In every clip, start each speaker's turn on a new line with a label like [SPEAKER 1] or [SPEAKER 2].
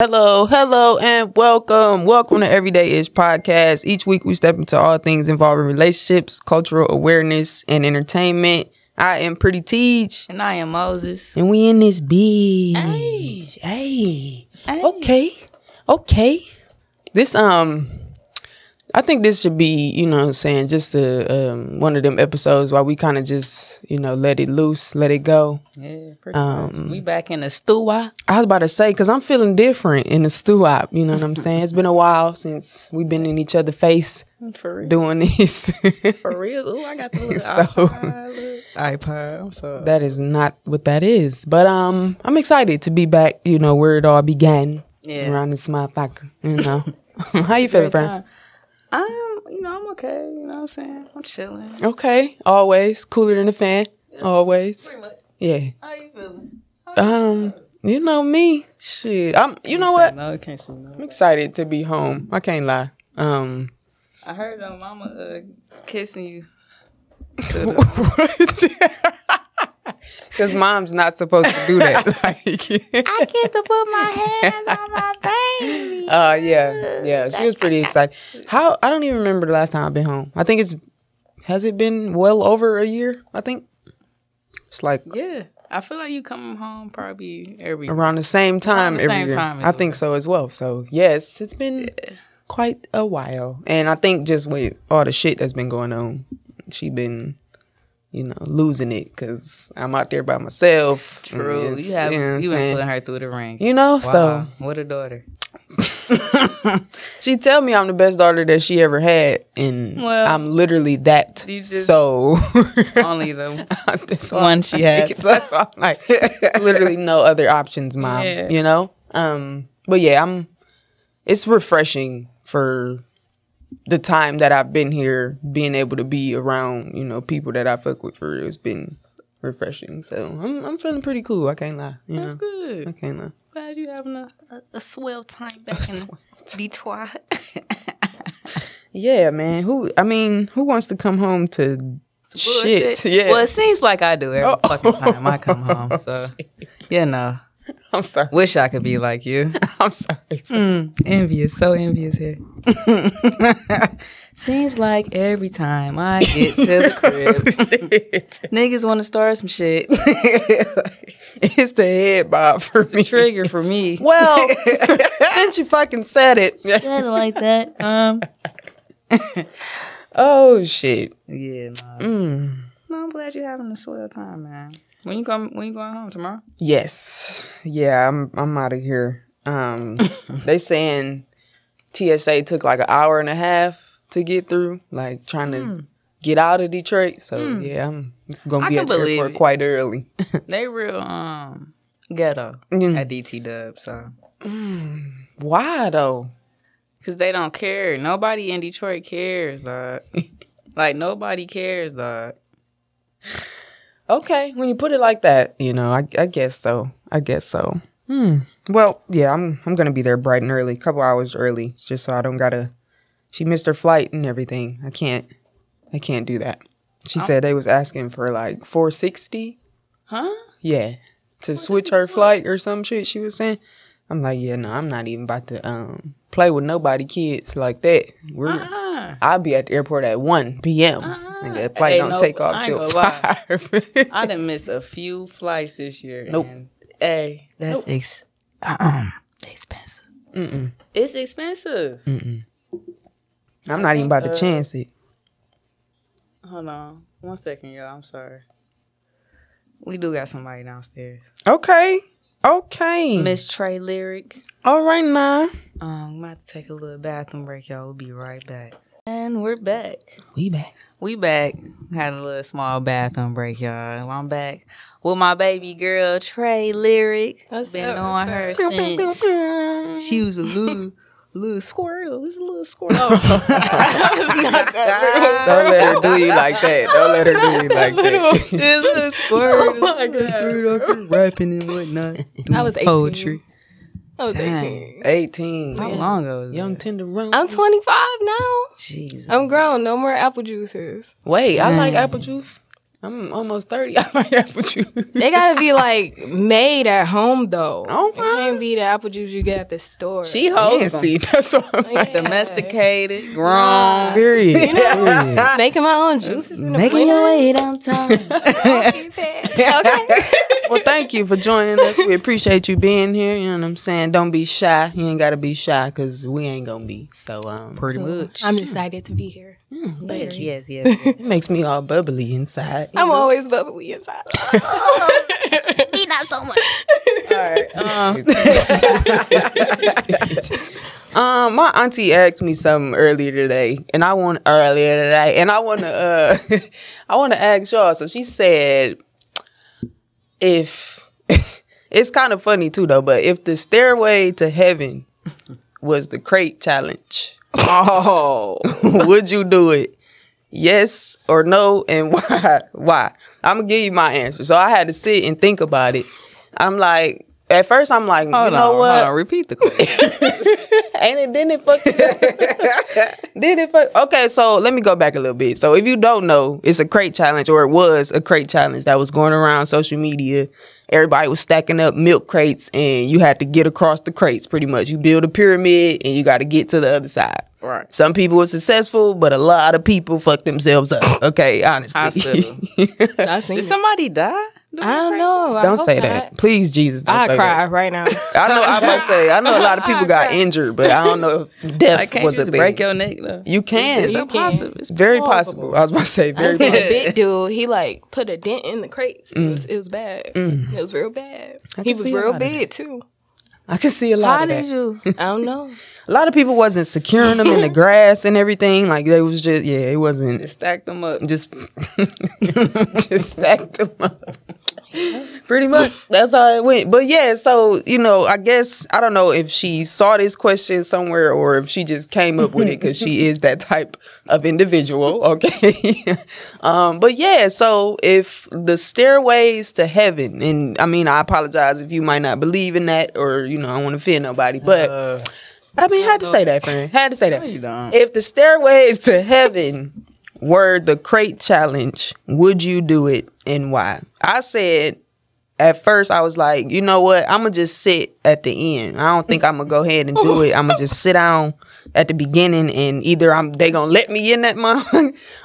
[SPEAKER 1] Hello, hello, and welcome. Welcome to Everyday Ish Podcast. Each week we step into all things involving relationships, cultural awareness, and entertainment. I am Pretty Teach,
[SPEAKER 2] And I am Moses.
[SPEAKER 1] and we in this bitch.
[SPEAKER 2] Hey.
[SPEAKER 1] hey,
[SPEAKER 2] Hey.
[SPEAKER 1] okay, okay. This um, I think this should be, you know, what I'm saying just a, um, one of them episodes where we kind of just, you know, let it loose, let it go.
[SPEAKER 2] Yeah, pretty
[SPEAKER 1] Um,
[SPEAKER 2] much. We back in the stew.
[SPEAKER 1] I was about to say because I'm feeling different in the stew op. You know what I'm saying? It's been a while since we've been in each other's face
[SPEAKER 2] For real.
[SPEAKER 1] doing this.
[SPEAKER 2] For real. Ooh, I got the little
[SPEAKER 1] So-
[SPEAKER 2] iPod. look. iPod. I'm sorry.
[SPEAKER 1] that is not what that is. But um, I'm excited to be back. You know where it all began
[SPEAKER 2] Yeah.
[SPEAKER 1] around this motherfucker. You know. How you feeling, friend?
[SPEAKER 2] Time. I'm, you know, I'm okay. You know what I'm saying? I'm chilling.
[SPEAKER 1] Okay, always cooler than a fan. Always,
[SPEAKER 2] Pretty much.
[SPEAKER 1] yeah.
[SPEAKER 2] How you feeling?
[SPEAKER 1] Um, you know me. Shit, I'm. You know what?
[SPEAKER 2] No, I can't see no.
[SPEAKER 1] I'm excited to be home. I can't lie. Um,
[SPEAKER 2] I heard um, mama uh, kissing you. Coulda.
[SPEAKER 1] Because mom's not supposed to do that. Like,
[SPEAKER 2] I get to put my hands on my baby.
[SPEAKER 1] uh, yeah, yeah. She was pretty excited. How? I don't even remember the last time I've been home. I think it's has it been well over a year. I think it's like
[SPEAKER 2] Yeah. I feel like you coming home probably every
[SPEAKER 1] around the same time
[SPEAKER 2] the
[SPEAKER 1] every
[SPEAKER 2] same
[SPEAKER 1] year.
[SPEAKER 2] time as
[SPEAKER 1] I
[SPEAKER 2] well.
[SPEAKER 1] think so as well. So yes, it's been quite a while, and I think just with all the shit that's been going on, she been. You know, losing it because I'm out there by myself. and
[SPEAKER 2] True.
[SPEAKER 1] it's-
[SPEAKER 2] You have
[SPEAKER 1] know what I'm
[SPEAKER 2] you been
[SPEAKER 1] saying?
[SPEAKER 2] putting her through the ring.
[SPEAKER 1] You know,
[SPEAKER 2] Wow, what a daughter.
[SPEAKER 1] so she tell me I'm the best daughter that she ever had, and
[SPEAKER 2] Well,
[SPEAKER 1] I'm literally that.
[SPEAKER 2] you just-
[SPEAKER 1] so
[SPEAKER 2] Only the
[SPEAKER 1] that's
[SPEAKER 2] one she had, so.
[SPEAKER 1] That's why I'm like, it's literally no other options, mom.
[SPEAKER 2] Yeah.
[SPEAKER 1] You know. Um, but yeah, I'm. It's refreshing for the time that I've been here, being able to be around you know people that I fuck with for real. It's been refreshing, so I'm I'm feeling pretty cool. I can't lie. You
[SPEAKER 2] That's
[SPEAKER 1] know,
[SPEAKER 2] good.
[SPEAKER 1] I can't lie.
[SPEAKER 2] Glad you having a, a, a swell time back in Detroit.
[SPEAKER 1] Yeah, man. Who I mean, who wants to come home to shit? Yeah.
[SPEAKER 2] Well, it seems like I do every
[SPEAKER 1] Oh.
[SPEAKER 2] fucking time I come home. So, you know,
[SPEAKER 1] I'm sorry.
[SPEAKER 2] wish I could be like you.
[SPEAKER 1] I'm sorry.
[SPEAKER 2] Mm, envious, so envious here. Seems like every time I get to the crib, niggas want to start some shit.
[SPEAKER 1] it's the head bob for me.
[SPEAKER 2] Trigger for me.
[SPEAKER 1] Well, since you fucking said it.
[SPEAKER 2] Kinda like that. Um.
[SPEAKER 1] Oh shit.
[SPEAKER 2] Yeah. Nah.
[SPEAKER 1] Mm.
[SPEAKER 2] No, I'm glad you're having a swell time, man. When you come, when you going home tomorrow?
[SPEAKER 1] Yes. Yeah, I'm I'm out of here. Um they saying TSA took like an hour and a half to get through, like trying to get out of Detroit. So yeah, I'm gonna
[SPEAKER 2] Hmm. I
[SPEAKER 1] be
[SPEAKER 2] can
[SPEAKER 1] at the
[SPEAKER 2] believe
[SPEAKER 1] airport
[SPEAKER 2] it.
[SPEAKER 1] quite early.
[SPEAKER 2] They real um ghetto
[SPEAKER 1] Mm.
[SPEAKER 2] at DT Dub, so
[SPEAKER 1] Why though?
[SPEAKER 2] because they don't care. Nobody in Detroit cares, dog. like nobody cares, dog.
[SPEAKER 1] Okay, when you put it like that, you know, I, I guess so. I guess so. Hmm. Well, yeah, I'm I'm gonna be there bright and early, a couple hours early, just so I don't gotta. She missed her flight and everything. I can't. I can't do that.
[SPEAKER 2] Oh.
[SPEAKER 1] She said they was asking for like 460.
[SPEAKER 2] Huh?
[SPEAKER 1] Yeah, to switch her flight or some shit. She was saying. I'm like, yeah, no, I'm not even about to um play with nobody kids like that. We're.
[SPEAKER 2] Uh-uh.
[SPEAKER 1] I'll be at the airport at 1 p.m.
[SPEAKER 2] Uh-uh.
[SPEAKER 1] Nigga, the flight
[SPEAKER 2] Ain't
[SPEAKER 1] don't
[SPEAKER 2] no-
[SPEAKER 1] take
[SPEAKER 2] I
[SPEAKER 1] off
[SPEAKER 2] ain't
[SPEAKER 1] till
[SPEAKER 2] gonna lie.
[SPEAKER 1] 5.
[SPEAKER 2] I done missed a few flights this year.
[SPEAKER 1] Nope.
[SPEAKER 2] and, Hey, that's ex- uh-uh, expensive.
[SPEAKER 1] Mm-mm.
[SPEAKER 2] It's expensive.
[SPEAKER 1] Mm-mm. I'm not even about to
[SPEAKER 2] Uh,
[SPEAKER 1] chance it.
[SPEAKER 2] Hold on, one second, y'all. I'm sorry. We do got somebody downstairs.
[SPEAKER 1] Okay. Okay.
[SPEAKER 2] Miss Trey Lyric.
[SPEAKER 1] All right now.
[SPEAKER 2] Um, I'm about to take a little bathroom break, y'all. We'll be right back. And we're back.
[SPEAKER 1] We back.
[SPEAKER 2] We back. Had a little small bathroom break, y'all. I'm back with my baby girl Trey Lyric. Been on her since she was a little little squirtle. It was a little squirtle.
[SPEAKER 1] Don't let her do you like that. Don't let her do you like that.
[SPEAKER 2] little squirtle. Oh my God.
[SPEAKER 3] Rudolph rapping and whatnot.
[SPEAKER 4] I was 18.
[SPEAKER 3] Poetry. I was
[SPEAKER 2] Dang.
[SPEAKER 3] 18.
[SPEAKER 1] 18.
[SPEAKER 2] How long ago was
[SPEAKER 1] Young
[SPEAKER 2] that?
[SPEAKER 1] tenderoni.
[SPEAKER 3] I'm 25 now.
[SPEAKER 2] Jesus.
[SPEAKER 3] I'm grown. No more apple juices.
[SPEAKER 1] Wait, I like
[SPEAKER 2] Dang.
[SPEAKER 1] apple juice. I'm almost 30. I like apple juice.
[SPEAKER 3] They gotta be like made at home though.
[SPEAKER 1] Oh,
[SPEAKER 3] It can't be the apple juice you get at the store.
[SPEAKER 2] She wholesome.
[SPEAKER 1] Fancy. That's what I'm like.
[SPEAKER 3] Yeah.
[SPEAKER 2] Domesticated, grown.
[SPEAKER 1] Period. Period.
[SPEAKER 3] making my own juices in the
[SPEAKER 2] Making your
[SPEAKER 3] winter.
[SPEAKER 2] way downtown.
[SPEAKER 3] Okay.
[SPEAKER 1] well, thank you for joining us. We appreciate you being here. You know what I'm saying? Don't be shy. You ain't got to be shy because we ain't going to be. So, um,
[SPEAKER 2] Pretty much.
[SPEAKER 3] I'm excited to be here.
[SPEAKER 2] Yes, yes, yes. yes.
[SPEAKER 1] it makes me all bubbly inside.
[SPEAKER 3] I'm always bubbly inside.
[SPEAKER 2] Um,
[SPEAKER 1] Um, my auntie asked me something earlier today, and I want earlier today, and I want to, uh, I want to ask y'all. So she said, if it's kind of funny too, though, but if the stairway to heaven was the crate challenge,
[SPEAKER 2] oh.
[SPEAKER 1] would you do it? Yes or no, and why? Why? I'm gonna give you my answer. So I had to sit and think about it. I'm like, at first, I'm like,
[SPEAKER 2] Hold
[SPEAKER 1] you know
[SPEAKER 2] on,
[SPEAKER 1] what?
[SPEAKER 2] hold on. Repeat the question.
[SPEAKER 1] And it didn't it fuck Did it fuck Okay, so let me go back a little bit. So if you don't know, it's a crate challenge, or it was a crate challenge that was going around social media. Everybody was stacking up milk crates and you had to get across the crates pretty much. You build a pyramid and you gotta get to the other side.
[SPEAKER 2] Right.
[SPEAKER 1] Some people were successful, but a lot of people fucked themselves up. Okay, honestly.
[SPEAKER 2] Hospital.
[SPEAKER 3] I seen
[SPEAKER 2] Did
[SPEAKER 3] it.
[SPEAKER 2] somebody die?
[SPEAKER 3] I don't know. I
[SPEAKER 1] don't
[SPEAKER 3] hope
[SPEAKER 1] say
[SPEAKER 3] not.
[SPEAKER 1] that. Please, Jesus, don't
[SPEAKER 3] I
[SPEAKER 1] say that.
[SPEAKER 3] cry right now.
[SPEAKER 1] I know I must say, I know a lot of people got injured, but I don't know if death
[SPEAKER 2] I can't
[SPEAKER 1] was
[SPEAKER 2] you
[SPEAKER 1] a
[SPEAKER 2] just
[SPEAKER 1] thing.
[SPEAKER 2] break your neck though.
[SPEAKER 1] You can.
[SPEAKER 2] It's
[SPEAKER 3] You can.
[SPEAKER 2] impossible. It's
[SPEAKER 1] Very
[SPEAKER 2] plausible.
[SPEAKER 1] possible. I was about to say
[SPEAKER 3] I
[SPEAKER 1] very
[SPEAKER 3] seen
[SPEAKER 1] possible.
[SPEAKER 3] a big dude. He like put a dent in the crates. It, was, it was bad. It was real bad.
[SPEAKER 1] Mm. I
[SPEAKER 3] He
[SPEAKER 1] can
[SPEAKER 3] was
[SPEAKER 1] see a
[SPEAKER 3] real
[SPEAKER 1] lot of
[SPEAKER 3] big too.
[SPEAKER 1] I can see a lot
[SPEAKER 2] How
[SPEAKER 1] of that.
[SPEAKER 2] did you?
[SPEAKER 3] I don't know.
[SPEAKER 1] a lot of people wasn't securing them in the grass and everything. Like they was just yeah, it wasn't
[SPEAKER 2] Just stack them up.
[SPEAKER 1] just just stacked them up. Pretty much. That's how it went. But yeah, so you know, I guess I don't know if she saw this question somewhere or if she just came up with it because she is that type of individual. Okay. um, but yeah, so if the stairways to heaven, and I mean, I apologize if you might not believe in that or you know, I don't want to offend nobody, but I mean, had to say that, friend. Had to say that.
[SPEAKER 2] you don't.
[SPEAKER 1] If the stairways to heaven were the crate challenge, would you do it and why? I said at first I was like, you know what? I'm gonna just sit at the end. I don't think I'm gonna go ahead and do it. I'm gonna just sit down at the beginning and either I'm they gonna let me in that mug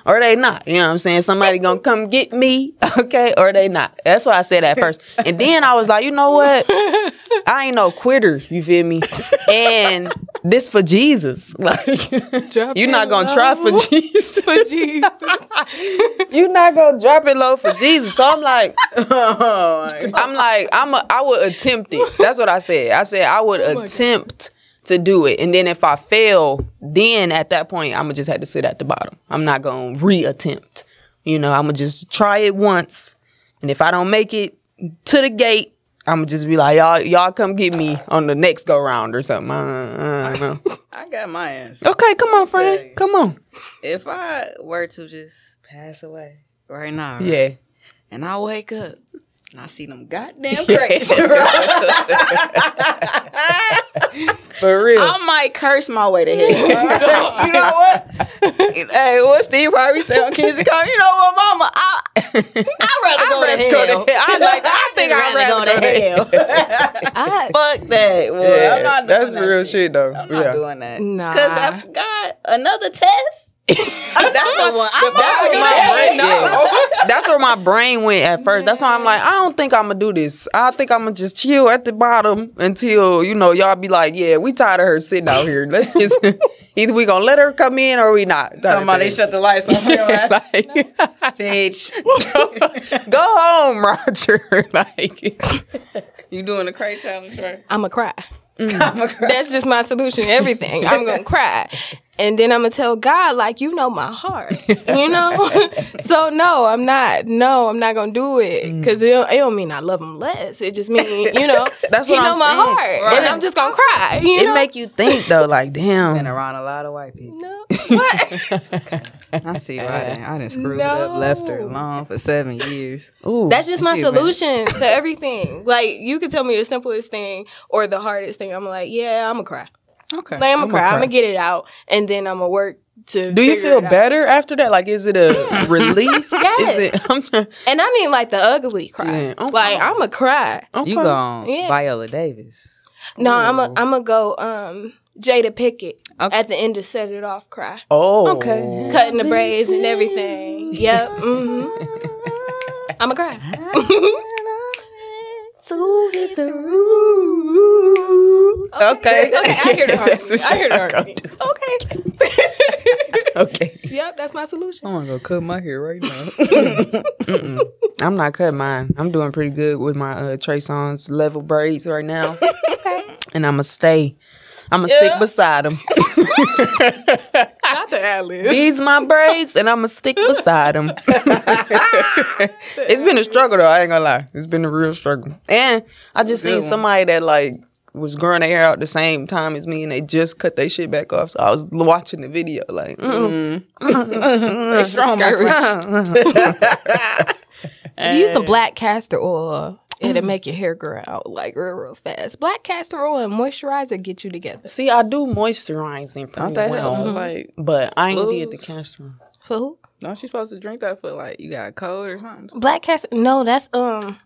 [SPEAKER 1] or they not. You know what I'm saying? Somebody gonna come get me, okay? Or they not. That's what I said at first. And then I was like, you know what? I ain't no quitter. You feel me? And this for Jesus. Like
[SPEAKER 3] Drop
[SPEAKER 1] you're not
[SPEAKER 3] it
[SPEAKER 1] gonna try
[SPEAKER 3] low.
[SPEAKER 1] for Jesus.
[SPEAKER 3] But Jesus.
[SPEAKER 1] You're not gonna drop it low for Jesus. So I'm like, I'm like, I'm a, I would attempt it. That's what I said. I said I would attempt to do it, and then if I fail, then at that point I'm gonna just have to sit at the bottom. I'm not gonna re-attempt. You know, I'm gonna just try it once, and if I don't make it to the gate, I'm gonna just be like, y'all, y'all come get me on the next go round or something. Uh, I, I don't know.
[SPEAKER 2] I got my answer.
[SPEAKER 1] Okay, come on, friend. Come on.
[SPEAKER 2] If I were to just pass away right now, right,
[SPEAKER 1] Yeah.
[SPEAKER 2] and I wake up and I see them goddamn crates,
[SPEAKER 1] For real.
[SPEAKER 2] I might curse my way to hell. you know what? hey, what Steve Harvey said on Kinsey Cole? You know what, Mama? I I'd rather go
[SPEAKER 1] rather
[SPEAKER 2] to
[SPEAKER 1] go to
[SPEAKER 2] hell.
[SPEAKER 1] hell. I like- I think I'd rather go to
[SPEAKER 3] I
[SPEAKER 2] Fuck that. boy.
[SPEAKER 1] yeah,
[SPEAKER 2] I'm not doing
[SPEAKER 1] that's
[SPEAKER 2] that
[SPEAKER 1] real shit, though.
[SPEAKER 2] I'm not
[SPEAKER 1] yeah.
[SPEAKER 2] doing that.
[SPEAKER 3] Nah.
[SPEAKER 2] Cause I've got another test. that's the one. I'm
[SPEAKER 1] That's
[SPEAKER 2] already
[SPEAKER 1] where, my
[SPEAKER 2] there.
[SPEAKER 1] brain,
[SPEAKER 2] No.
[SPEAKER 1] yeah. that's where my brain went at first. That's why I'm like, I don't think I'm gonna do this. I think I'm gonna just chill at the bottom until you know y'all be like, yeah, we tired of her sitting out here. Let's just either we gonna let her come in or we not. Type of
[SPEAKER 2] Somebody
[SPEAKER 1] thing.
[SPEAKER 2] shut the lights off. Real ass
[SPEAKER 1] Like,
[SPEAKER 2] bitch.
[SPEAKER 1] go home, Roger. like,
[SPEAKER 2] You doing the crate challenge, right?
[SPEAKER 1] Mm.
[SPEAKER 3] I'm gonna cry. That's just my solution to everything. I'm gonna cry. And then I'm gonna tell God, like, you know my heart, you know. so no, I'm not. No, I'm not gonna do it
[SPEAKER 1] Mm.
[SPEAKER 3] because it, don't- it don't mean I love him less. It just means you know
[SPEAKER 1] That's
[SPEAKER 3] he
[SPEAKER 1] what
[SPEAKER 3] know
[SPEAKER 1] I'm
[SPEAKER 3] my
[SPEAKER 1] saying.
[SPEAKER 3] heart, and I'm just gonna cry. You
[SPEAKER 1] it
[SPEAKER 3] know?
[SPEAKER 1] make you think though, like
[SPEAKER 2] Been
[SPEAKER 1] damn.
[SPEAKER 2] around a lot of white people.
[SPEAKER 3] no. What?
[SPEAKER 2] I see. Why I didn't, I didn't screw it
[SPEAKER 3] No.
[SPEAKER 2] up. Left her alone for seven years.
[SPEAKER 1] Ooh,
[SPEAKER 3] That's just my
[SPEAKER 2] Excuse me.
[SPEAKER 3] solution to everything. Like you could tell me the simplest thing or the hardest thing. I'm like, yeah, I'm gonna cry.
[SPEAKER 2] Okay.
[SPEAKER 3] Like I'm gonna
[SPEAKER 1] I'ma
[SPEAKER 3] cry. I'm
[SPEAKER 1] cry.
[SPEAKER 3] gonna get it out, and then I'm gonna work to.
[SPEAKER 1] Do you
[SPEAKER 3] figure
[SPEAKER 1] feel
[SPEAKER 3] it out.
[SPEAKER 1] better after that? Like, is it a release?
[SPEAKER 3] Yes.
[SPEAKER 1] Is it, I'm trying,
[SPEAKER 3] And I mean, like the ugly cry.
[SPEAKER 1] Yeah, okay.
[SPEAKER 3] Like I'm gonna cry.
[SPEAKER 1] okay.
[SPEAKER 2] You gone,
[SPEAKER 3] Yeah.
[SPEAKER 2] Viola Davis.
[SPEAKER 3] No, I'm a,
[SPEAKER 2] Ooh.
[SPEAKER 3] I'm gonna go um Jada Pickett
[SPEAKER 2] Okay.
[SPEAKER 3] at the end to set it off. Cry,
[SPEAKER 1] Oh,
[SPEAKER 2] Okay.
[SPEAKER 3] cutting the braids and everything. Yep. hmm I'm gonna cry.
[SPEAKER 1] Okay.
[SPEAKER 3] Okay, I hear the
[SPEAKER 1] That's what
[SPEAKER 3] harmony. I hear the
[SPEAKER 1] y'all gonna
[SPEAKER 3] harmony.
[SPEAKER 1] do.
[SPEAKER 3] Okay.
[SPEAKER 1] Okay.
[SPEAKER 3] yep, that's my solution.
[SPEAKER 2] I'm gonna go cut my hair right now.
[SPEAKER 1] Mm-mm. I'm not cutting mine. I'm doing pretty good with my uh, Trey Songz level braids right now. And I'ma stay. I'ma stick beside them.
[SPEAKER 3] Not the ad lib.
[SPEAKER 1] These my braids, and I'ma stick beside them. it's been a struggle though. I ain't gonna lie. It's been a real struggle. And I just seen somebody that like was growing their hair out the same time as me, and they just cut their shit back off. So I was watching the video like, mm mm, strong, my friend.
[SPEAKER 3] If you use some black castor oil, it'll
[SPEAKER 1] Mm.
[SPEAKER 3] make your hair grow out like real, real fast. Black castor oil and moisturizer get you together.
[SPEAKER 1] See, I do moisturizing pretty
[SPEAKER 4] Don't they
[SPEAKER 1] well,
[SPEAKER 4] have, like,
[SPEAKER 1] but I ain't did the
[SPEAKER 4] Blues.
[SPEAKER 1] castor.
[SPEAKER 3] For who?
[SPEAKER 4] don't you supposed to drink that for like you got a cold or something?
[SPEAKER 3] Black castor? No, that's um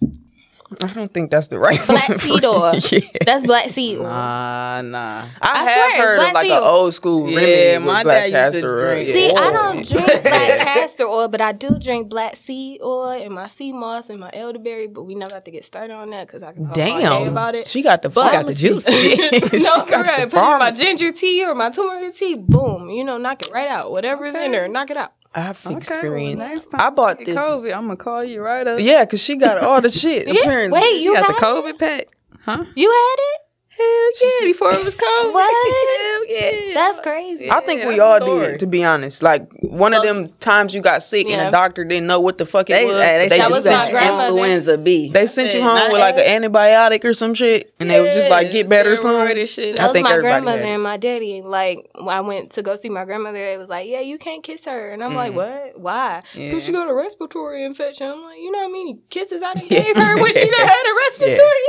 [SPEAKER 1] I don't think that's the right
[SPEAKER 3] Black
[SPEAKER 1] one for
[SPEAKER 3] seed oil.
[SPEAKER 1] it. Yeah.
[SPEAKER 3] that's black seed oil.
[SPEAKER 4] Nah, nah.
[SPEAKER 1] I,
[SPEAKER 3] I
[SPEAKER 1] have
[SPEAKER 3] swear it's
[SPEAKER 1] heard of
[SPEAKER 3] black
[SPEAKER 1] like
[SPEAKER 3] seed
[SPEAKER 1] an
[SPEAKER 3] oil.
[SPEAKER 1] old school
[SPEAKER 4] Yeah,
[SPEAKER 1] remedy with
[SPEAKER 4] my
[SPEAKER 1] black
[SPEAKER 4] dad used to
[SPEAKER 1] castor. oil.
[SPEAKER 4] drink-
[SPEAKER 3] See, I
[SPEAKER 1] Yeah.
[SPEAKER 3] don't drink black castor oil, but I do drink black seed oil and my sea moss and my elderberry. But we not got to get started on that because I can talk all day
[SPEAKER 1] Damn,
[SPEAKER 3] about it.
[SPEAKER 1] she got the
[SPEAKER 3] But-
[SPEAKER 1] got the juice.
[SPEAKER 3] no, for real. Put it in my ginger tea or my turmeric tea. Boom, you know, knock it right out. Whatever is in there, knock it out.
[SPEAKER 1] I've
[SPEAKER 4] Experience.
[SPEAKER 1] experienced. I bought this.
[SPEAKER 4] COVID, I'm gonna call you right up.
[SPEAKER 1] Yeah, cause she got all the shit.
[SPEAKER 3] Yeah,
[SPEAKER 1] Apparently,
[SPEAKER 3] Wait, you
[SPEAKER 4] You got
[SPEAKER 3] had
[SPEAKER 4] the COVID pack, huh?
[SPEAKER 3] it? You had it?
[SPEAKER 4] Hell yeah! Before it was COVID.
[SPEAKER 3] What?
[SPEAKER 4] Hell yeah!
[SPEAKER 3] That's crazy.
[SPEAKER 1] I think
[SPEAKER 4] Yeah,
[SPEAKER 1] we
[SPEAKER 4] that's
[SPEAKER 1] all
[SPEAKER 4] the story.
[SPEAKER 1] did. To be honest, like one of them times you got sick and
[SPEAKER 3] Yeah.
[SPEAKER 1] the doctor didn't know what the fuck it
[SPEAKER 4] They,
[SPEAKER 1] was.
[SPEAKER 4] hey, they
[SPEAKER 1] just
[SPEAKER 4] said
[SPEAKER 3] was
[SPEAKER 4] you
[SPEAKER 1] sent
[SPEAKER 3] my
[SPEAKER 4] got
[SPEAKER 1] you-
[SPEAKER 3] grandma. grandmother.
[SPEAKER 4] influenza B.
[SPEAKER 1] They sent you
[SPEAKER 4] Hey,
[SPEAKER 1] home
[SPEAKER 4] not
[SPEAKER 1] with like
[SPEAKER 4] that.
[SPEAKER 1] an antibiotic or some shit, and they was just like get better soon.
[SPEAKER 4] steroid shit.
[SPEAKER 1] I
[SPEAKER 3] That was
[SPEAKER 1] think
[SPEAKER 3] my
[SPEAKER 1] everybody
[SPEAKER 3] grandmother
[SPEAKER 1] had it.
[SPEAKER 3] and my daddy. Like, when I went to go see my grandmother. It was like, yeah, you can't kiss her. And I'm like,
[SPEAKER 1] Mm-hmm.
[SPEAKER 3] what? Why? Because
[SPEAKER 4] Yeah.
[SPEAKER 3] she got a respiratory infection. I'm like, you know how many kisses I done gave her when she done had a respiratory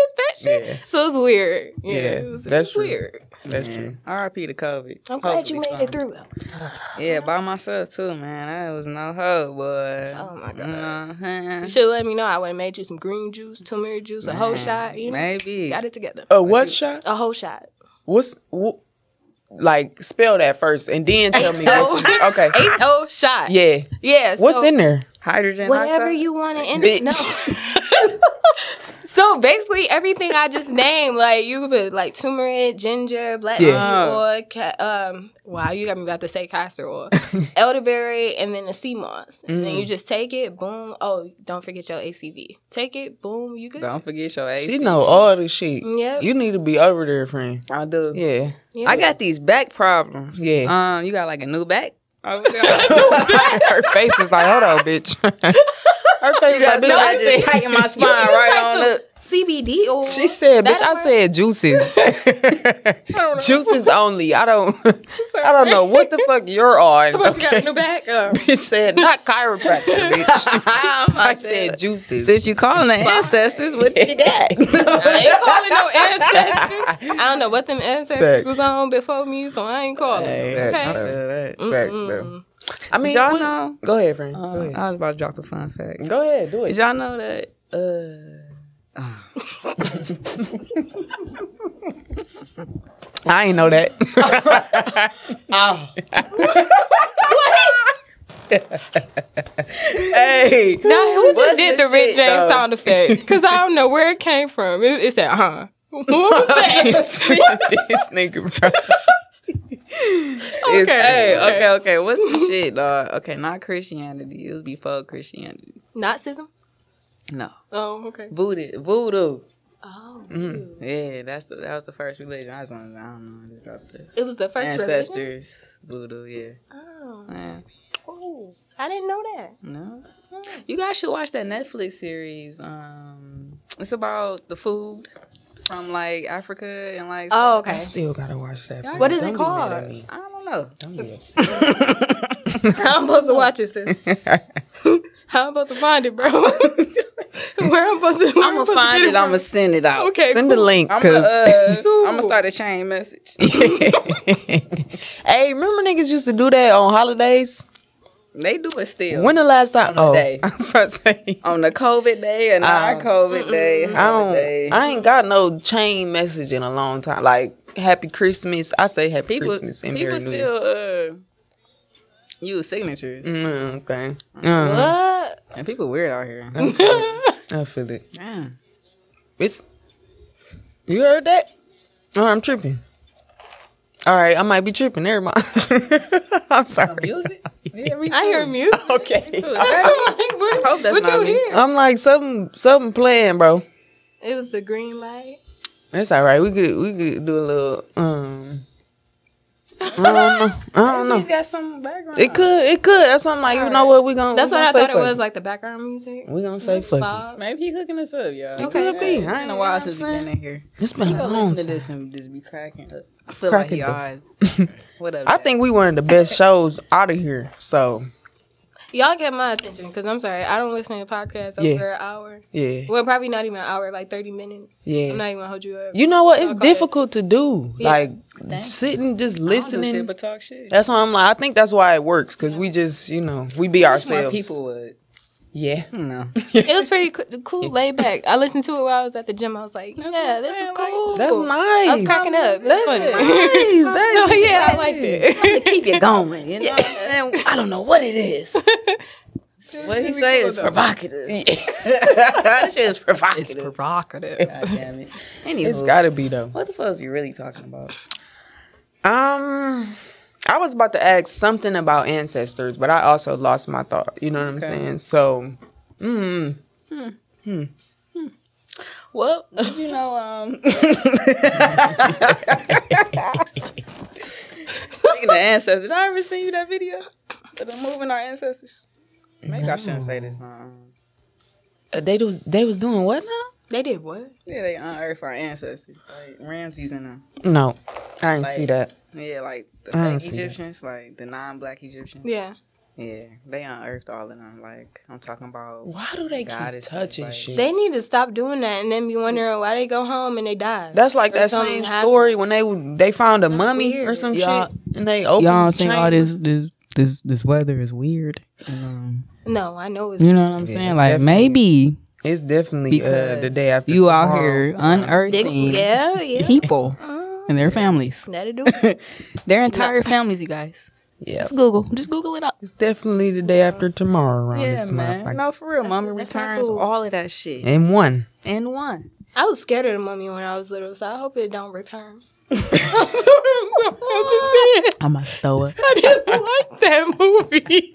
[SPEAKER 3] infection?
[SPEAKER 1] Yeah.
[SPEAKER 3] So it's weird. Yeah,
[SPEAKER 1] Yeah,
[SPEAKER 3] it was, it
[SPEAKER 1] that's
[SPEAKER 3] was
[SPEAKER 1] true.
[SPEAKER 3] weird.
[SPEAKER 1] That's true.
[SPEAKER 4] R.I.P. to COVID.
[SPEAKER 3] I'm glad you
[SPEAKER 4] Hopefully
[SPEAKER 3] made
[SPEAKER 4] fine.
[SPEAKER 3] it through. though.
[SPEAKER 4] Yeah, by myself too, man. That was no hope, boy.
[SPEAKER 3] Oh, my God.
[SPEAKER 4] Uh-huh.
[SPEAKER 3] You should let me know. I would have made you some green juice, turmeric juice, a whole shot. You know,
[SPEAKER 4] Maybe.
[SPEAKER 3] got it together.
[SPEAKER 1] A what shot?
[SPEAKER 3] A whole shot.
[SPEAKER 1] What's wh- like spell that first, and then tell me. what's in- okay.
[SPEAKER 3] H O shot. Yeah.
[SPEAKER 1] Yeah. What's
[SPEAKER 3] so-
[SPEAKER 1] in there?
[SPEAKER 4] Hydrogen.
[SPEAKER 3] whatever
[SPEAKER 4] oxide?
[SPEAKER 3] you want to end it. No.
[SPEAKER 1] Bitch.
[SPEAKER 3] So basically, everything I just named, like you could put like turmeric, ginger, black
[SPEAKER 1] Yeah.
[SPEAKER 3] seed oil, ca- um, wow, you got me about to say castor oil, elderberry, and then the sea moss. And then you just take it, boom. Oh, don't forget your ACV. Take it, boom. You good?
[SPEAKER 4] Don't forget your age.
[SPEAKER 1] She know all this shit.
[SPEAKER 3] Yep.
[SPEAKER 1] You need to be over there, friend.
[SPEAKER 4] I do.
[SPEAKER 1] Yeah.
[SPEAKER 3] Yeah.
[SPEAKER 4] I got these back problems.
[SPEAKER 1] Yeah.
[SPEAKER 4] Um, you got like a new back. Oh, Over there?
[SPEAKER 1] Her face was like, hold on, bitch. Her face was like, bitch,
[SPEAKER 4] no,
[SPEAKER 1] I
[SPEAKER 4] I just
[SPEAKER 1] said,
[SPEAKER 4] tighten my spine
[SPEAKER 3] You use, like,
[SPEAKER 4] right on
[SPEAKER 3] some
[SPEAKER 4] up.
[SPEAKER 3] CBD oil.
[SPEAKER 1] she said, bitch,
[SPEAKER 3] That'll
[SPEAKER 1] I
[SPEAKER 3] work.
[SPEAKER 1] said juices. juices only. I don't I don't know what the fuck you're on.
[SPEAKER 3] What, you got
[SPEAKER 1] Okay?
[SPEAKER 3] a new back? Um,
[SPEAKER 1] She said, not chiropractor, bitch. I said juices.
[SPEAKER 4] Since you calling the ancestors, what you got?
[SPEAKER 3] I ain't calling no ancestors. I don't know what them ancestors
[SPEAKER 1] Facts.
[SPEAKER 3] was on before me, so I ain't calling.
[SPEAKER 1] Facts,
[SPEAKER 3] Okay.
[SPEAKER 1] though.
[SPEAKER 3] Mm,
[SPEAKER 1] Facts,
[SPEAKER 3] mm,
[SPEAKER 1] though.
[SPEAKER 3] mm.
[SPEAKER 1] I mean,
[SPEAKER 4] Y'all
[SPEAKER 1] what-
[SPEAKER 4] know-
[SPEAKER 1] go ahead, friend.
[SPEAKER 4] Uh,
[SPEAKER 1] go ahead.
[SPEAKER 4] I was about to drop a fun fact.
[SPEAKER 1] go ahead, do it.
[SPEAKER 4] Did y'all know that? Uh,
[SPEAKER 1] I ain't know that.
[SPEAKER 4] hey,
[SPEAKER 3] Now, who just
[SPEAKER 4] What's
[SPEAKER 3] did
[SPEAKER 4] the
[SPEAKER 3] the Rick
[SPEAKER 4] shit,
[SPEAKER 3] James
[SPEAKER 4] though?
[SPEAKER 3] sound effect? Because I don't know where it came from. It, it said, huh. What was that?
[SPEAKER 1] this nigga, bro. It's-
[SPEAKER 4] hey, okay, okay. What's the shit, dog? Okay, not Christianity. It was before Christianity.
[SPEAKER 3] Nazism?
[SPEAKER 4] No,
[SPEAKER 3] Oh, okay.
[SPEAKER 4] voodoo, voodoo.
[SPEAKER 3] Oh.
[SPEAKER 1] Mm.
[SPEAKER 2] Yeah, that's the that was the first religion. I just wanted to, I don't know, I just dropped the
[SPEAKER 3] It was the first religion?
[SPEAKER 2] ancestors voodoo. Yeah.
[SPEAKER 3] Oh,
[SPEAKER 2] yeah,
[SPEAKER 3] cool. I didn't know that.
[SPEAKER 2] no, you guys should watch that Netflix series. Um, it's about the food from like Africa and like
[SPEAKER 3] Oh,
[SPEAKER 1] I
[SPEAKER 3] okay.
[SPEAKER 1] still gotta watch that.
[SPEAKER 3] What is
[SPEAKER 1] Don't
[SPEAKER 3] it
[SPEAKER 1] get mad at
[SPEAKER 3] called?
[SPEAKER 1] me.
[SPEAKER 2] I don't know.
[SPEAKER 1] Don't get upset.
[SPEAKER 3] How I'm supposed to watch it, sis? How I'm supposed to find it, bro? Where I'm supposed to?
[SPEAKER 2] I'm gonna find it. I'm gonna send it out.
[SPEAKER 3] Okay,
[SPEAKER 1] Send the link,
[SPEAKER 2] I'm
[SPEAKER 1] cause.
[SPEAKER 2] gonna uh,
[SPEAKER 3] Cool.
[SPEAKER 2] I'm gonna start a chain message.
[SPEAKER 1] hey, remember niggas used to do that on holidays?
[SPEAKER 2] They do it still
[SPEAKER 1] When the last time?
[SPEAKER 2] On the
[SPEAKER 1] oh,
[SPEAKER 2] day.
[SPEAKER 1] I was about to say.
[SPEAKER 2] on the COVID day and non-COVID day.
[SPEAKER 1] I
[SPEAKER 2] holiday.
[SPEAKER 1] don't. Oh. I ain't got no chain message in a long time. Like Happy Christmas. I say Happy
[SPEAKER 2] people
[SPEAKER 1] Christmas and
[SPEAKER 2] people
[SPEAKER 1] Merry New Year.
[SPEAKER 2] still uh, use signatures
[SPEAKER 1] Mm, okay. Mm,
[SPEAKER 3] What?
[SPEAKER 2] and people weird out here.
[SPEAKER 1] I feel it. I feel it.
[SPEAKER 2] Damn.
[SPEAKER 1] It's. You heard that? Oh, I'm tripping. All right, I might be tripping. Never mind. I'm sorry.
[SPEAKER 2] Music? Yeah, we
[SPEAKER 3] I hear
[SPEAKER 2] do.
[SPEAKER 3] music.
[SPEAKER 1] Okay.
[SPEAKER 2] Too.
[SPEAKER 3] I'm like, what?
[SPEAKER 2] hope that's
[SPEAKER 3] what
[SPEAKER 2] not
[SPEAKER 3] you
[SPEAKER 2] me.
[SPEAKER 3] hear?
[SPEAKER 1] I'm like something, something playing, bro.
[SPEAKER 3] It was the green light.
[SPEAKER 1] That's all right. We could we could do a little um. I don't know. I don't know.
[SPEAKER 2] He's got some background.
[SPEAKER 1] It could. It could. That's why I'm like. You know what? We gonna.
[SPEAKER 3] That's
[SPEAKER 1] we
[SPEAKER 3] what
[SPEAKER 1] gonna say
[SPEAKER 3] I thought it
[SPEAKER 1] fuck
[SPEAKER 3] was like the background music.
[SPEAKER 1] We gonna say fuck
[SPEAKER 3] Bob.
[SPEAKER 2] Maybe he hooking us up, y'all.
[SPEAKER 1] it. It
[SPEAKER 2] It's
[SPEAKER 1] could be. I
[SPEAKER 2] been a
[SPEAKER 1] ain't-
[SPEAKER 2] while
[SPEAKER 1] I'm
[SPEAKER 2] since we've
[SPEAKER 1] saying.
[SPEAKER 2] been in here.
[SPEAKER 1] It's been
[SPEAKER 2] You
[SPEAKER 1] a
[SPEAKER 2] go
[SPEAKER 1] long
[SPEAKER 2] listen to
[SPEAKER 1] time.
[SPEAKER 2] this and just be cracking up. I feel
[SPEAKER 1] Crack it
[SPEAKER 2] like y'all.
[SPEAKER 1] up.
[SPEAKER 2] What up?
[SPEAKER 1] I
[SPEAKER 2] Jack?
[SPEAKER 1] think we one of the best shows out of here. So
[SPEAKER 3] Y'all get my attention because I'm sorry, I don't listen to podcasts
[SPEAKER 1] Yeah.
[SPEAKER 3] over an hour.
[SPEAKER 1] yeah,
[SPEAKER 3] Well, probably not even an hour, like 30 minutes.
[SPEAKER 1] Yeah.
[SPEAKER 3] I'm not even gonna hold you up.
[SPEAKER 1] you know what? It's
[SPEAKER 3] Okay.
[SPEAKER 1] difficult to do.
[SPEAKER 3] Yeah.
[SPEAKER 1] Like sitting, just
[SPEAKER 2] I don't do shit
[SPEAKER 1] listening.
[SPEAKER 2] but talk shit.
[SPEAKER 1] That's why I'm like. I think that's why it works because we just you know we be
[SPEAKER 2] Wish my
[SPEAKER 1] ourselves.
[SPEAKER 2] people would.
[SPEAKER 1] Yeah.
[SPEAKER 2] No.
[SPEAKER 3] it was pretty coo- cool, laid back. I listened to it while I was at the gym. I was like,
[SPEAKER 2] That's what
[SPEAKER 3] yeah,
[SPEAKER 2] I'm
[SPEAKER 3] this is
[SPEAKER 2] saying, like-
[SPEAKER 3] cool.
[SPEAKER 1] That's
[SPEAKER 3] I was
[SPEAKER 1] nice.
[SPEAKER 3] cracking up. It's
[SPEAKER 1] That's
[SPEAKER 3] funny.
[SPEAKER 1] nice. That
[SPEAKER 3] Oh,
[SPEAKER 1] is
[SPEAKER 3] yeah, I
[SPEAKER 1] nice.
[SPEAKER 3] liked it.
[SPEAKER 5] Keep it going. You know what I'm saying? I don't know what it is.
[SPEAKER 2] What he
[SPEAKER 5] Say it's provocative. that shit is provocative.
[SPEAKER 3] provocative.
[SPEAKER 2] God damn it. Anywho,
[SPEAKER 1] It's gotta be though.
[SPEAKER 2] what the fuck is you really talking about?
[SPEAKER 1] Um, I was about to ask something about ancestors, but I also lost my thought. You know what I'm
[SPEAKER 2] Okay.
[SPEAKER 1] saying? So, mm,
[SPEAKER 2] Well, did you know, um, speaking of ancestors, did I ever send you that video of them moving our ancestors? Maybe I shouldn't say this. Now.
[SPEAKER 1] uh, they do. They was doing what now?
[SPEAKER 3] They did what?
[SPEAKER 2] Yeah, they unearthed our ancestors, like Ramses and them.
[SPEAKER 1] No, I didn't see
[SPEAKER 2] Like-
[SPEAKER 1] that.
[SPEAKER 2] Yeah, like the
[SPEAKER 1] I didn't
[SPEAKER 2] fake
[SPEAKER 1] see that.
[SPEAKER 2] Egyptians, like the non-black Egyptians.
[SPEAKER 3] Yeah.
[SPEAKER 2] Yeah, they unearthed all of them. Like I'm talking about.
[SPEAKER 1] Why do they
[SPEAKER 2] God
[SPEAKER 1] keep
[SPEAKER 2] is
[SPEAKER 1] touching
[SPEAKER 2] like-
[SPEAKER 1] shit?
[SPEAKER 3] They need to stop doing that and then be wondering why they go home and they die.
[SPEAKER 1] That's like
[SPEAKER 3] Or
[SPEAKER 1] that
[SPEAKER 3] something
[SPEAKER 1] same
[SPEAKER 3] happened.
[SPEAKER 1] story when they w- they found a mummy or
[SPEAKER 3] weird.
[SPEAKER 1] some
[SPEAKER 2] Y'all-
[SPEAKER 1] shit, and they opened. the chamber.
[SPEAKER 2] this this this weather is weird? And, um,
[SPEAKER 3] no, I know it's
[SPEAKER 2] You know what I'm
[SPEAKER 1] Yeah,
[SPEAKER 2] saying?
[SPEAKER 1] it's
[SPEAKER 2] Like
[SPEAKER 1] definitely-
[SPEAKER 2] maybe
[SPEAKER 1] It's definitely uh,
[SPEAKER 2] Because
[SPEAKER 1] the day after
[SPEAKER 2] you out
[SPEAKER 1] tomorrow.
[SPEAKER 2] here
[SPEAKER 1] Mm.
[SPEAKER 2] unearthing
[SPEAKER 3] Yeah, yeah.
[SPEAKER 2] people and their families,
[SPEAKER 3] That'll do.
[SPEAKER 2] their entire families. You guys,
[SPEAKER 1] Yeah,
[SPEAKER 2] just Google, just Google it up.
[SPEAKER 1] it's definitely the day after tomorrow around this month.
[SPEAKER 2] No, for real, mommy
[SPEAKER 3] that's not
[SPEAKER 2] returns
[SPEAKER 3] cool.
[SPEAKER 2] all of that shit
[SPEAKER 1] And one.
[SPEAKER 2] in one.
[SPEAKER 3] I was scared of the mummy when I was little, so I hope it don't return.
[SPEAKER 2] I must throw it.
[SPEAKER 3] I didn't like that movie.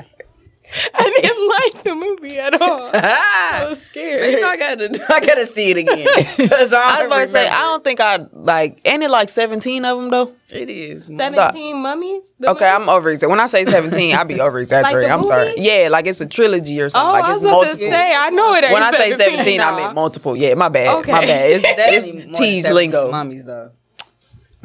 [SPEAKER 3] I didn't like the movie at all. I
[SPEAKER 2] You
[SPEAKER 3] was
[SPEAKER 2] know,
[SPEAKER 3] scared.
[SPEAKER 2] I gotta, I gotta see it again. That's all
[SPEAKER 1] I was about to say, I don't think I like. Ain't it like seventeen of them though?
[SPEAKER 2] It is.
[SPEAKER 3] Seventeen mummies. The
[SPEAKER 1] Okay,
[SPEAKER 3] movie?
[SPEAKER 1] I'm over When I say seventeen, I be over exaggerating.
[SPEAKER 3] Like the
[SPEAKER 1] I'm sorry.
[SPEAKER 3] movie?
[SPEAKER 1] Yeah, like it's a trilogy or
[SPEAKER 3] Oh,
[SPEAKER 1] something. like
[SPEAKER 3] I
[SPEAKER 1] it's
[SPEAKER 3] was about to
[SPEAKER 1] multiple.
[SPEAKER 3] say. I know it ain't.
[SPEAKER 1] when I say
[SPEAKER 3] 17,
[SPEAKER 1] seventeen, I meant
[SPEAKER 3] nah.
[SPEAKER 1] multiple. Yeah, my bad.
[SPEAKER 3] Okay.
[SPEAKER 1] My bad. It's,
[SPEAKER 2] Definitely
[SPEAKER 1] it's
[SPEAKER 2] more than
[SPEAKER 1] tease
[SPEAKER 2] 17
[SPEAKER 1] lingo.
[SPEAKER 2] Mummies though.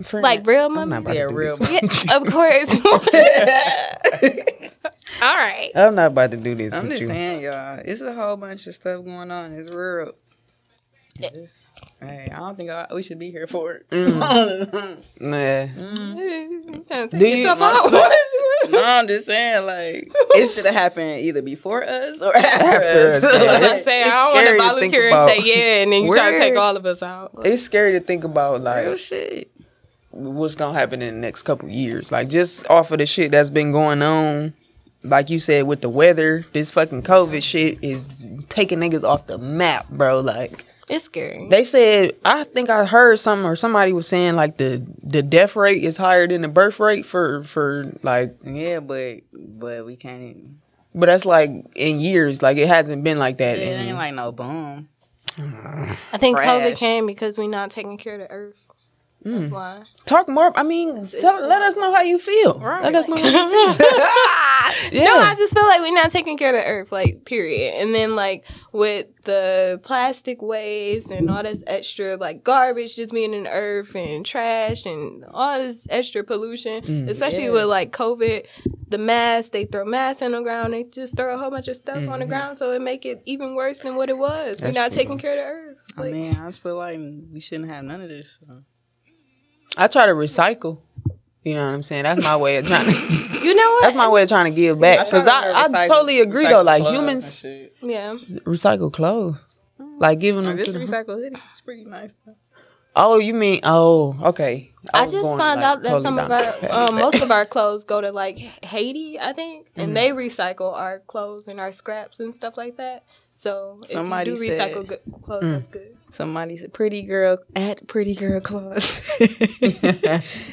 [SPEAKER 1] Friend,
[SPEAKER 3] like real
[SPEAKER 1] I'm not about
[SPEAKER 3] mummies.
[SPEAKER 2] Yeah,
[SPEAKER 1] to do
[SPEAKER 2] real
[SPEAKER 1] this.
[SPEAKER 3] Yeah, of course. all right.
[SPEAKER 1] I'm not about to do this
[SPEAKER 2] I'm
[SPEAKER 1] with
[SPEAKER 2] just
[SPEAKER 1] you.
[SPEAKER 2] saying, y'all. It's a whole bunch of stuff going on. It's real. It's just- hey, I don't think I, we should be here for it.
[SPEAKER 1] Mm, Nah.
[SPEAKER 3] I'm trying to
[SPEAKER 1] Do
[SPEAKER 3] take
[SPEAKER 1] you-
[SPEAKER 3] yourself out.
[SPEAKER 2] no, I'm just saying, like, it
[SPEAKER 1] It's-
[SPEAKER 2] should have happened either before us or after,
[SPEAKER 1] After
[SPEAKER 2] us.
[SPEAKER 1] us, yeah.
[SPEAKER 2] Like,
[SPEAKER 3] I
[SPEAKER 1] It's-
[SPEAKER 3] was saying,
[SPEAKER 1] it's
[SPEAKER 3] I don't want to
[SPEAKER 1] scary to
[SPEAKER 3] volunteer
[SPEAKER 1] think
[SPEAKER 3] and say
[SPEAKER 1] about.
[SPEAKER 3] yeah, and then you try to
[SPEAKER 2] We're-
[SPEAKER 3] take all of us out.
[SPEAKER 1] It's scary to think about
[SPEAKER 2] real
[SPEAKER 1] like
[SPEAKER 2] shit.
[SPEAKER 1] what's gonna happen in the next couple years. Like just off of the shit that's been going on. Like you said, with the weather, this fucking COVID shit is taking niggas off the map, bro. Like
[SPEAKER 3] It's scary.
[SPEAKER 1] They said I think I heard something or somebody was saying like the the death rate is higher than the birth rate for for like
[SPEAKER 2] Yeah, but but we can't. Even,
[SPEAKER 1] but that's like in years like it hasn't been like that
[SPEAKER 2] it
[SPEAKER 1] in
[SPEAKER 2] ain't like no boom.
[SPEAKER 3] I think COVID
[SPEAKER 2] Trash.
[SPEAKER 3] came because we not taking care of the earth.
[SPEAKER 1] Mm.
[SPEAKER 3] That's why.
[SPEAKER 1] Talk more. I mean, tell, let us know how you feel. Let us know. How you feel. yeah.
[SPEAKER 3] No, Oh, I just feel like we're not taking care of the earth, like period. And then like with the plastic waste and all this extra like garbage just being in the earth and trash and all this extra pollution,
[SPEAKER 1] Mm,
[SPEAKER 3] especially with like COVID, the masks they throw masks on the ground, they just throw a whole bunch of stuff on the ground, so it make it even worse than what it was.
[SPEAKER 1] Mm-hmm. That's
[SPEAKER 3] we're not
[SPEAKER 1] true.
[SPEAKER 3] taking care of the earth.
[SPEAKER 1] Oh,
[SPEAKER 3] Like,
[SPEAKER 2] Man, I just feel like we shouldn't have none of this. So.
[SPEAKER 1] I try to recycle. You know what I'm saying? That's my way of trying to.
[SPEAKER 3] you know what?
[SPEAKER 1] that's my way of trying to give back. Because I, I,
[SPEAKER 2] Recycle-
[SPEAKER 1] totally agree though.
[SPEAKER 2] recycle
[SPEAKER 1] Like
[SPEAKER 2] clothes and
[SPEAKER 1] humans
[SPEAKER 2] shit.
[SPEAKER 3] yeah.
[SPEAKER 1] recycle clothes. Like giving
[SPEAKER 2] Like,
[SPEAKER 1] them
[SPEAKER 2] this
[SPEAKER 1] to the,
[SPEAKER 2] recycled hoodie. It's pretty nice. Though.
[SPEAKER 1] Oh, you mean oh, okay.
[SPEAKER 3] I,
[SPEAKER 1] was
[SPEAKER 3] just
[SPEAKER 1] going,
[SPEAKER 3] found
[SPEAKER 1] like,
[SPEAKER 3] out that
[SPEAKER 1] totally
[SPEAKER 3] some of
[SPEAKER 1] down
[SPEAKER 3] our,
[SPEAKER 1] the
[SPEAKER 3] um,
[SPEAKER 1] path.
[SPEAKER 3] most of our clothes go to like Haiti, I think,
[SPEAKER 1] Mm-hmm.
[SPEAKER 3] and they recycle our clothes and our scraps and stuff like that. So
[SPEAKER 2] Somebody
[SPEAKER 3] if you do
[SPEAKER 2] said-
[SPEAKER 3] recycle good clothes,
[SPEAKER 1] Mm.
[SPEAKER 3] that's good.
[SPEAKER 2] Somebody said, "Pretty girl at pretty girl clause."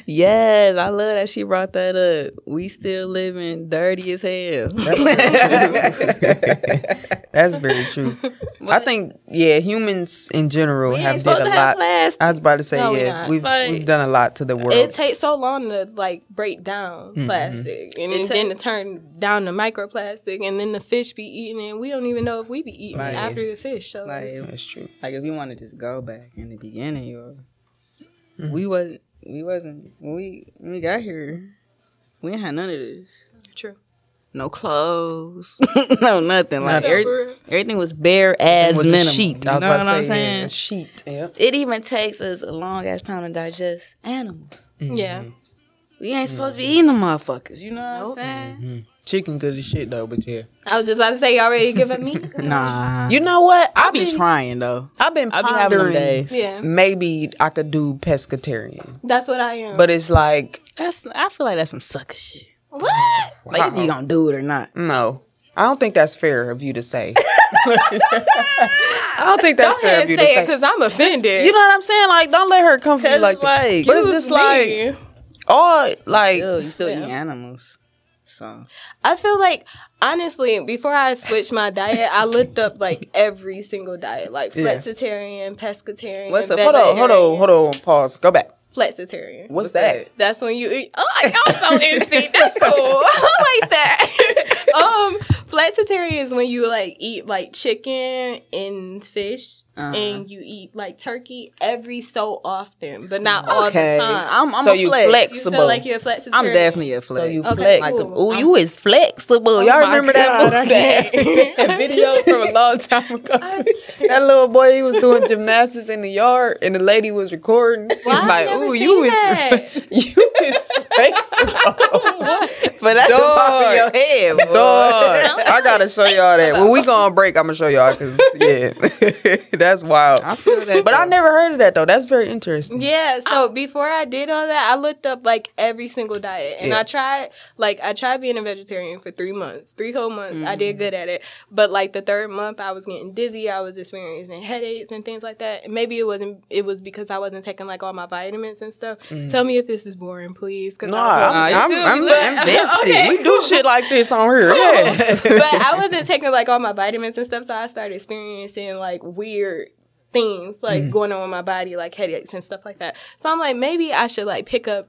[SPEAKER 2] yes, I love that she brought that up. We still living dirty as hell.
[SPEAKER 1] That's very true. I think yeah, humans in general have did
[SPEAKER 2] supposed
[SPEAKER 1] a
[SPEAKER 2] to have
[SPEAKER 1] lot.
[SPEAKER 2] plastic.
[SPEAKER 1] I was about to say
[SPEAKER 3] No, we
[SPEAKER 1] yeah,
[SPEAKER 3] not.
[SPEAKER 1] we've
[SPEAKER 2] Like-
[SPEAKER 1] we've done a lot to the world.
[SPEAKER 3] It takes so long to like break down
[SPEAKER 1] Mm-hmm.
[SPEAKER 3] plastic, and
[SPEAKER 2] It
[SPEAKER 3] then to turn down to microplastic, and then the fish be eating it. We don't even know if we be eating
[SPEAKER 2] Right.
[SPEAKER 3] it after the fish. So
[SPEAKER 2] like,
[SPEAKER 3] it's-
[SPEAKER 2] if-
[SPEAKER 1] That's true.
[SPEAKER 2] like if we want to just go back in the beginning, yo,
[SPEAKER 1] Mm-hmm.
[SPEAKER 2] we wasn't, we wasn't, when we when we got here, we ain't had none of this.
[SPEAKER 3] True.
[SPEAKER 2] No clothes, no nothing. Like
[SPEAKER 1] Nothing.
[SPEAKER 2] every- everything was bare as
[SPEAKER 1] it was
[SPEAKER 2] minimum.
[SPEAKER 1] a sheet.
[SPEAKER 2] You
[SPEAKER 1] I was
[SPEAKER 2] know
[SPEAKER 1] about
[SPEAKER 2] what
[SPEAKER 1] to
[SPEAKER 2] I'm
[SPEAKER 1] say
[SPEAKER 2] saying?
[SPEAKER 1] yeah, a sheet. Yep.
[SPEAKER 2] It even takes us a long ass time to digest animals.
[SPEAKER 1] Mm-hmm.
[SPEAKER 3] yeah,
[SPEAKER 2] We ain't supposed to be eating them motherfuckers. You know what
[SPEAKER 3] Nope.
[SPEAKER 2] I'm saying?
[SPEAKER 1] Chicken good as shit though, but yeah.
[SPEAKER 3] I was just about to say, y'all ready to give up meat?
[SPEAKER 2] Nah.
[SPEAKER 1] You know what? I've
[SPEAKER 2] I be
[SPEAKER 1] been
[SPEAKER 2] trying though.
[SPEAKER 1] I've been
[SPEAKER 2] I be having them
[SPEAKER 1] pondering.
[SPEAKER 2] days.
[SPEAKER 3] yeah,
[SPEAKER 1] Maybe I could do pescatarian,
[SPEAKER 3] that's what I am.
[SPEAKER 1] but it's like
[SPEAKER 2] That's I feel like that's some sucker shit.
[SPEAKER 3] what?
[SPEAKER 2] Like either you gonna do it or not.
[SPEAKER 1] uh-uh, no. I don't think that's fair of you to say. I don't think that's
[SPEAKER 3] Go
[SPEAKER 1] fair
[SPEAKER 3] ahead
[SPEAKER 1] of you
[SPEAKER 3] and
[SPEAKER 1] to
[SPEAKER 3] say it
[SPEAKER 1] say.
[SPEAKER 3] because I'm offended.
[SPEAKER 1] You know what I'm saying? Like, don't let her come for you like that.
[SPEAKER 2] like,
[SPEAKER 1] But it's just like, all like,
[SPEAKER 2] ew, you still eat
[SPEAKER 3] Yeah.
[SPEAKER 2] animals. So
[SPEAKER 3] I feel like honestly, before I switched my diet, I looked up like every single diet, like
[SPEAKER 1] Yeah.
[SPEAKER 3] flexitarian, pescatarian.
[SPEAKER 2] What's up?
[SPEAKER 1] hold on, hold on, hold on, pause, go back.
[SPEAKER 3] Flexitarian.
[SPEAKER 1] What's, that?
[SPEAKER 3] That's when you eat. Oh, y'all so insane. That's cool. I like that. um, flexitarian is when you like eat like chicken and fish,
[SPEAKER 2] Uh-huh.
[SPEAKER 3] and you eat like turkey every so often, but not all
[SPEAKER 2] okay,
[SPEAKER 3] the time.
[SPEAKER 2] I'm, I'm
[SPEAKER 1] So
[SPEAKER 2] a
[SPEAKER 1] you
[SPEAKER 2] flex.
[SPEAKER 1] flex.
[SPEAKER 3] You
[SPEAKER 1] Flexible.
[SPEAKER 3] feel like you're a flexitarian.
[SPEAKER 2] I'm definitely a flex.
[SPEAKER 1] So you
[SPEAKER 3] Okay,
[SPEAKER 1] flexible?
[SPEAKER 3] cool.
[SPEAKER 1] Ooh, you is flexible. Y'all remember
[SPEAKER 2] God, I
[SPEAKER 1] that that video from a long time ago? that little boy he was doing gymnastics in the yard, and the lady was recording. She
[SPEAKER 3] Why
[SPEAKER 1] was
[SPEAKER 3] I
[SPEAKER 1] like,
[SPEAKER 3] never
[SPEAKER 1] "Ooh,
[SPEAKER 3] seen
[SPEAKER 1] you
[SPEAKER 3] that?
[SPEAKER 1] is you is flexible."
[SPEAKER 2] but that's
[SPEAKER 1] Dog.
[SPEAKER 2] above your head, boy.
[SPEAKER 1] Dog, I gotta show y'all that. When we go on break, I'm gonna show y'all because yeah, that's wild.
[SPEAKER 2] I feel that.
[SPEAKER 1] But I
[SPEAKER 2] though.
[SPEAKER 1] never heard of that though. That's very interesting.
[SPEAKER 3] Yeah, so before I did all that, I looked up like every single diet and
[SPEAKER 1] Yeah.
[SPEAKER 3] I tried like I tried being a vegetarian for 3 months. 3 whole months. I
[SPEAKER 1] Mm.
[SPEAKER 3] did good at it. But like the third month I was getting dizzy, I was experiencing headaches and things like that. And maybe it wasn't it was because I wasn't taking like all my vitamins and stuff. Tell me if this is boring, please, cuz
[SPEAKER 1] No,
[SPEAKER 3] I
[SPEAKER 1] Mm. I'm,
[SPEAKER 2] you
[SPEAKER 1] I'm,
[SPEAKER 2] good,
[SPEAKER 1] I'm,
[SPEAKER 2] you
[SPEAKER 1] I'm
[SPEAKER 2] good.
[SPEAKER 1] invested.
[SPEAKER 3] Okay,
[SPEAKER 1] We do shit like this on here. Yeah.
[SPEAKER 3] but I wasn't taking like all my vitamins and stuff, so I started experiencing like weird things like going on with my body, like headaches and stuff like that. So I'm like, maybe I should like pick up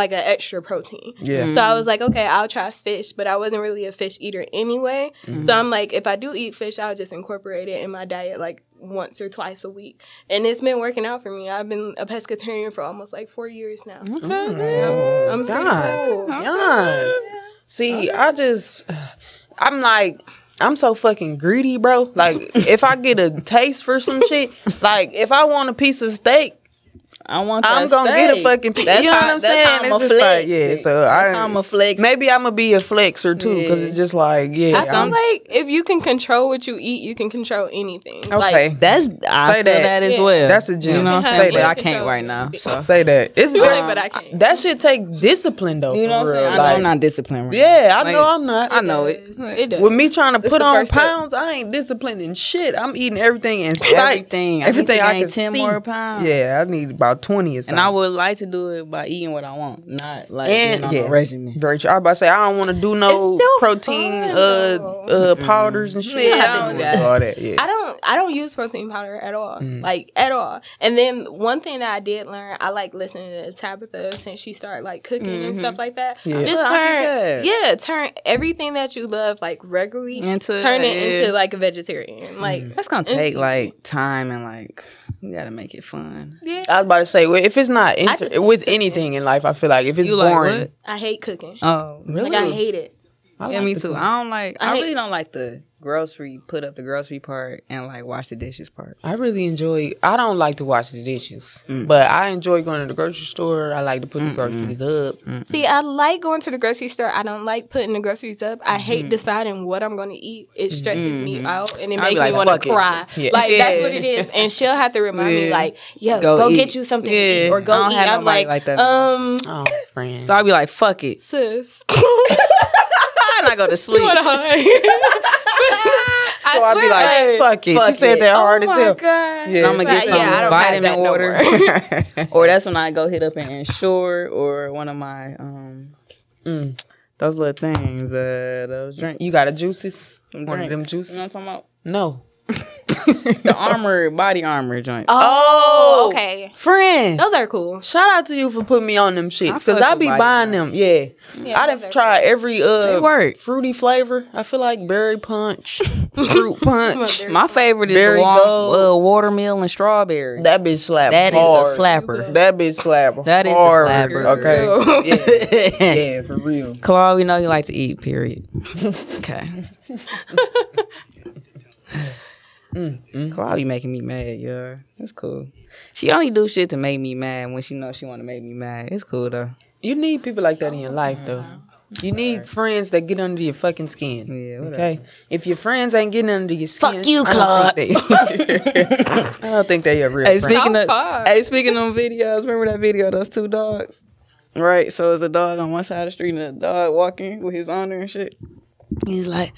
[SPEAKER 3] like an extra protein.
[SPEAKER 1] Yeah.
[SPEAKER 3] So I was like, okay, I'll try fish, but I wasn't really a fish eater anyway. So I'm like, if I do eat fish, I'll just incorporate it in my diet like once or twice a week. And it's been working out for me. I've been a pescatarian for almost like four years now.
[SPEAKER 2] Mm. Mm-hmm.
[SPEAKER 3] I'm pretty
[SPEAKER 1] God.
[SPEAKER 3] cool.
[SPEAKER 1] Yes. See, I just, I'm like, I'm so fucking greedy, bro. Like, if I get a taste for some shit, like, if I want a piece of steak,
[SPEAKER 2] I want.
[SPEAKER 1] I'm
[SPEAKER 2] that
[SPEAKER 1] gonna get a
[SPEAKER 2] steak.
[SPEAKER 1] fucking piece.
[SPEAKER 2] That's
[SPEAKER 1] You know
[SPEAKER 2] how-
[SPEAKER 1] what I'm
[SPEAKER 2] that's
[SPEAKER 1] saying?
[SPEAKER 2] how I'm
[SPEAKER 1] it's
[SPEAKER 2] a
[SPEAKER 1] just like,
[SPEAKER 2] flex.
[SPEAKER 1] yeah. So I,
[SPEAKER 2] I'm a flex.
[SPEAKER 1] maybe I'm gonna be a flexer too, because
[SPEAKER 2] Yeah.
[SPEAKER 1] it's just like, yeah,
[SPEAKER 3] I feel
[SPEAKER 1] I'm-
[SPEAKER 3] like if you can control what you eat, you can control anything.
[SPEAKER 1] okay.
[SPEAKER 3] Like,
[SPEAKER 2] That's I
[SPEAKER 1] Say
[SPEAKER 2] feel
[SPEAKER 1] that.
[SPEAKER 2] that, as
[SPEAKER 3] Yeah.
[SPEAKER 2] well.
[SPEAKER 1] That's a gem.
[SPEAKER 2] You know what I'm
[SPEAKER 1] Say
[SPEAKER 2] saying? But
[SPEAKER 1] that.
[SPEAKER 2] I can't right now. So
[SPEAKER 1] Say that. It's
[SPEAKER 3] Sorry,
[SPEAKER 1] very-
[SPEAKER 3] but I can't.
[SPEAKER 1] That shit take discipline though.
[SPEAKER 2] you know what I'm
[SPEAKER 1] for real.
[SPEAKER 2] saying? I know
[SPEAKER 1] Like,
[SPEAKER 2] I'm not disciplined. Right
[SPEAKER 1] Yeah, I
[SPEAKER 2] Like,
[SPEAKER 1] know I'm not.
[SPEAKER 2] now. I know
[SPEAKER 3] it
[SPEAKER 2] it.
[SPEAKER 3] does. It does.
[SPEAKER 1] With me trying to
[SPEAKER 2] This
[SPEAKER 1] put
[SPEAKER 2] the
[SPEAKER 1] on
[SPEAKER 2] first step.
[SPEAKER 1] pounds, I ain't disciplining shit. I'm eating everything in sight.
[SPEAKER 2] Everything. I need to gain 10 more pounds.
[SPEAKER 1] Yeah, I need about twenty or something.
[SPEAKER 2] And I would like to do it by eating what I want, not like
[SPEAKER 1] And-
[SPEAKER 2] being on
[SPEAKER 1] yeah.
[SPEAKER 2] a regimen.
[SPEAKER 1] Very true. I was about to say I don't want to do no
[SPEAKER 3] It's still
[SPEAKER 1] protein
[SPEAKER 3] fun,
[SPEAKER 1] uh
[SPEAKER 3] though.
[SPEAKER 1] uh powders and shit.
[SPEAKER 2] Mm-hmm. Yeah,
[SPEAKER 1] I
[SPEAKER 2] I
[SPEAKER 1] don't
[SPEAKER 2] don't
[SPEAKER 1] wanna do all that. Yeah.
[SPEAKER 3] I don't I don't use protein powder at all,
[SPEAKER 1] Mm.
[SPEAKER 3] like at all. And then one thing that I did learn, I like listening to Tabitha since she started like cooking and stuff like that.
[SPEAKER 1] Yeah.
[SPEAKER 3] Mm-hmm. Just
[SPEAKER 2] Auntie Tab.
[SPEAKER 3] turn, yeah, turn everything that you love like regularly,
[SPEAKER 2] Into-
[SPEAKER 3] turn it
[SPEAKER 2] yeah.
[SPEAKER 3] into like a vegetarian. Like,
[SPEAKER 1] Mm.
[SPEAKER 2] That's gonna take like time and like we gotta make it fun.
[SPEAKER 3] yeah,
[SPEAKER 1] I was about to say, well, if it's not
[SPEAKER 3] just
[SPEAKER 1] inter-
[SPEAKER 3] hate
[SPEAKER 1] with anything in life, I feel like if it's
[SPEAKER 2] You like
[SPEAKER 1] boring,
[SPEAKER 2] what?
[SPEAKER 3] I hate cooking.
[SPEAKER 2] Oh,
[SPEAKER 1] really,
[SPEAKER 3] Like I hate it.
[SPEAKER 1] I
[SPEAKER 2] yeah,
[SPEAKER 1] like
[SPEAKER 2] me
[SPEAKER 1] the
[SPEAKER 2] too.
[SPEAKER 1] cook.
[SPEAKER 2] I don't like. I,
[SPEAKER 3] I hate-
[SPEAKER 2] really don't like the grocery put up the grocery part and like wash the dishes part.
[SPEAKER 1] I really enjoy. I don't like to wash the dishes,
[SPEAKER 2] Mm.
[SPEAKER 1] but I enjoy going to the grocery store. I like to put the groceries up.
[SPEAKER 3] See, I like going to the grocery store. I don't like putting the groceries up. I
[SPEAKER 2] Mm-hmm.
[SPEAKER 3] hate deciding what I'm going to eat. It stresses me out and it
[SPEAKER 2] I'll Mm-hmm. be
[SPEAKER 3] makes
[SPEAKER 2] like,
[SPEAKER 3] me want
[SPEAKER 2] "Fuck
[SPEAKER 3] to
[SPEAKER 2] it."
[SPEAKER 3] cry.
[SPEAKER 1] Yeah.
[SPEAKER 3] Like that's what
[SPEAKER 2] Yeah.
[SPEAKER 3] it is. And she'll have to remind me
[SPEAKER 2] Yeah.
[SPEAKER 3] like, "Yo,
[SPEAKER 2] Go
[SPEAKER 3] go,
[SPEAKER 2] eat.
[SPEAKER 3] get you something to
[SPEAKER 2] Yeah.
[SPEAKER 3] eat or go
[SPEAKER 2] I don't
[SPEAKER 3] eat."
[SPEAKER 2] have
[SPEAKER 3] I'm
[SPEAKER 2] nobody
[SPEAKER 3] like,
[SPEAKER 2] like that.
[SPEAKER 3] um,
[SPEAKER 1] Oh, friend.
[SPEAKER 2] So I'd be like, fuck it,
[SPEAKER 3] sis.
[SPEAKER 2] and I go to sleep.
[SPEAKER 3] I
[SPEAKER 1] So I'd be
[SPEAKER 3] swear,
[SPEAKER 1] like,
[SPEAKER 3] like,
[SPEAKER 1] fuck it. she
[SPEAKER 2] fuck
[SPEAKER 1] said
[SPEAKER 2] it. Oh
[SPEAKER 1] that hard as hell.
[SPEAKER 3] God.
[SPEAKER 1] Yeah,
[SPEAKER 2] I'm gonna get
[SPEAKER 3] Like,
[SPEAKER 2] some
[SPEAKER 3] yeah, I don't have
[SPEAKER 2] vitamin
[SPEAKER 3] that no
[SPEAKER 2] water,
[SPEAKER 3] more.
[SPEAKER 2] or that's when I go hit up an insure or one of my um
[SPEAKER 1] Mm.
[SPEAKER 2] those little things. Uh, those drinks.
[SPEAKER 1] you got a juices?
[SPEAKER 2] Them
[SPEAKER 1] One of them
[SPEAKER 2] drinks. You
[SPEAKER 1] juices?
[SPEAKER 2] know what I'm talking about?
[SPEAKER 1] No.
[SPEAKER 2] The armor, body armor joint.
[SPEAKER 3] Oh, okay.
[SPEAKER 1] Friend.
[SPEAKER 3] Those are cool.
[SPEAKER 1] Shout out to you for putting me on them shits
[SPEAKER 2] fuck
[SPEAKER 1] because I
[SPEAKER 2] with
[SPEAKER 1] be
[SPEAKER 2] Body
[SPEAKER 1] buying them. Yeah,
[SPEAKER 3] Yeah,
[SPEAKER 1] I'd
[SPEAKER 3] those
[SPEAKER 1] have
[SPEAKER 3] are
[SPEAKER 1] tried every uh
[SPEAKER 2] They work.
[SPEAKER 1] fruity flavor. I feel like berry punch, fruit punch.
[SPEAKER 3] Mother.
[SPEAKER 2] My favorite is
[SPEAKER 1] Berry
[SPEAKER 2] the wa-
[SPEAKER 1] gold.
[SPEAKER 2] uh, watermelon and strawberry.
[SPEAKER 1] That bitch slap.
[SPEAKER 2] That is
[SPEAKER 1] hard.
[SPEAKER 2] a slapper.
[SPEAKER 1] That bitch slap.
[SPEAKER 2] That is a
[SPEAKER 1] hard.
[SPEAKER 2] slapper.
[SPEAKER 1] Okay.
[SPEAKER 3] cool.
[SPEAKER 1] Yeah, for real.
[SPEAKER 2] Claude, we know you like to eat, period. Okay.
[SPEAKER 3] Mm,
[SPEAKER 2] Claude be making me mad, yeah. That's cool. She only do shit to make me mad when she knows she want to make me mad. It's cool, though.
[SPEAKER 1] You need people like that in your life, though. You need friends that get under your fucking skin.
[SPEAKER 2] Yeah, whatever.
[SPEAKER 1] Okay, if your friends ain't getting under your skin, fuck you, Claude. I don't think they, I don't think they are real.
[SPEAKER 2] Hey,
[SPEAKER 1] friends.
[SPEAKER 2] speaking
[SPEAKER 3] How
[SPEAKER 2] of
[SPEAKER 3] far?
[SPEAKER 2] hey, speaking of videos, remember that video? Those two dogs, right? So it's a dog on one side of the street and a dog walking with his owner and shit. He's like,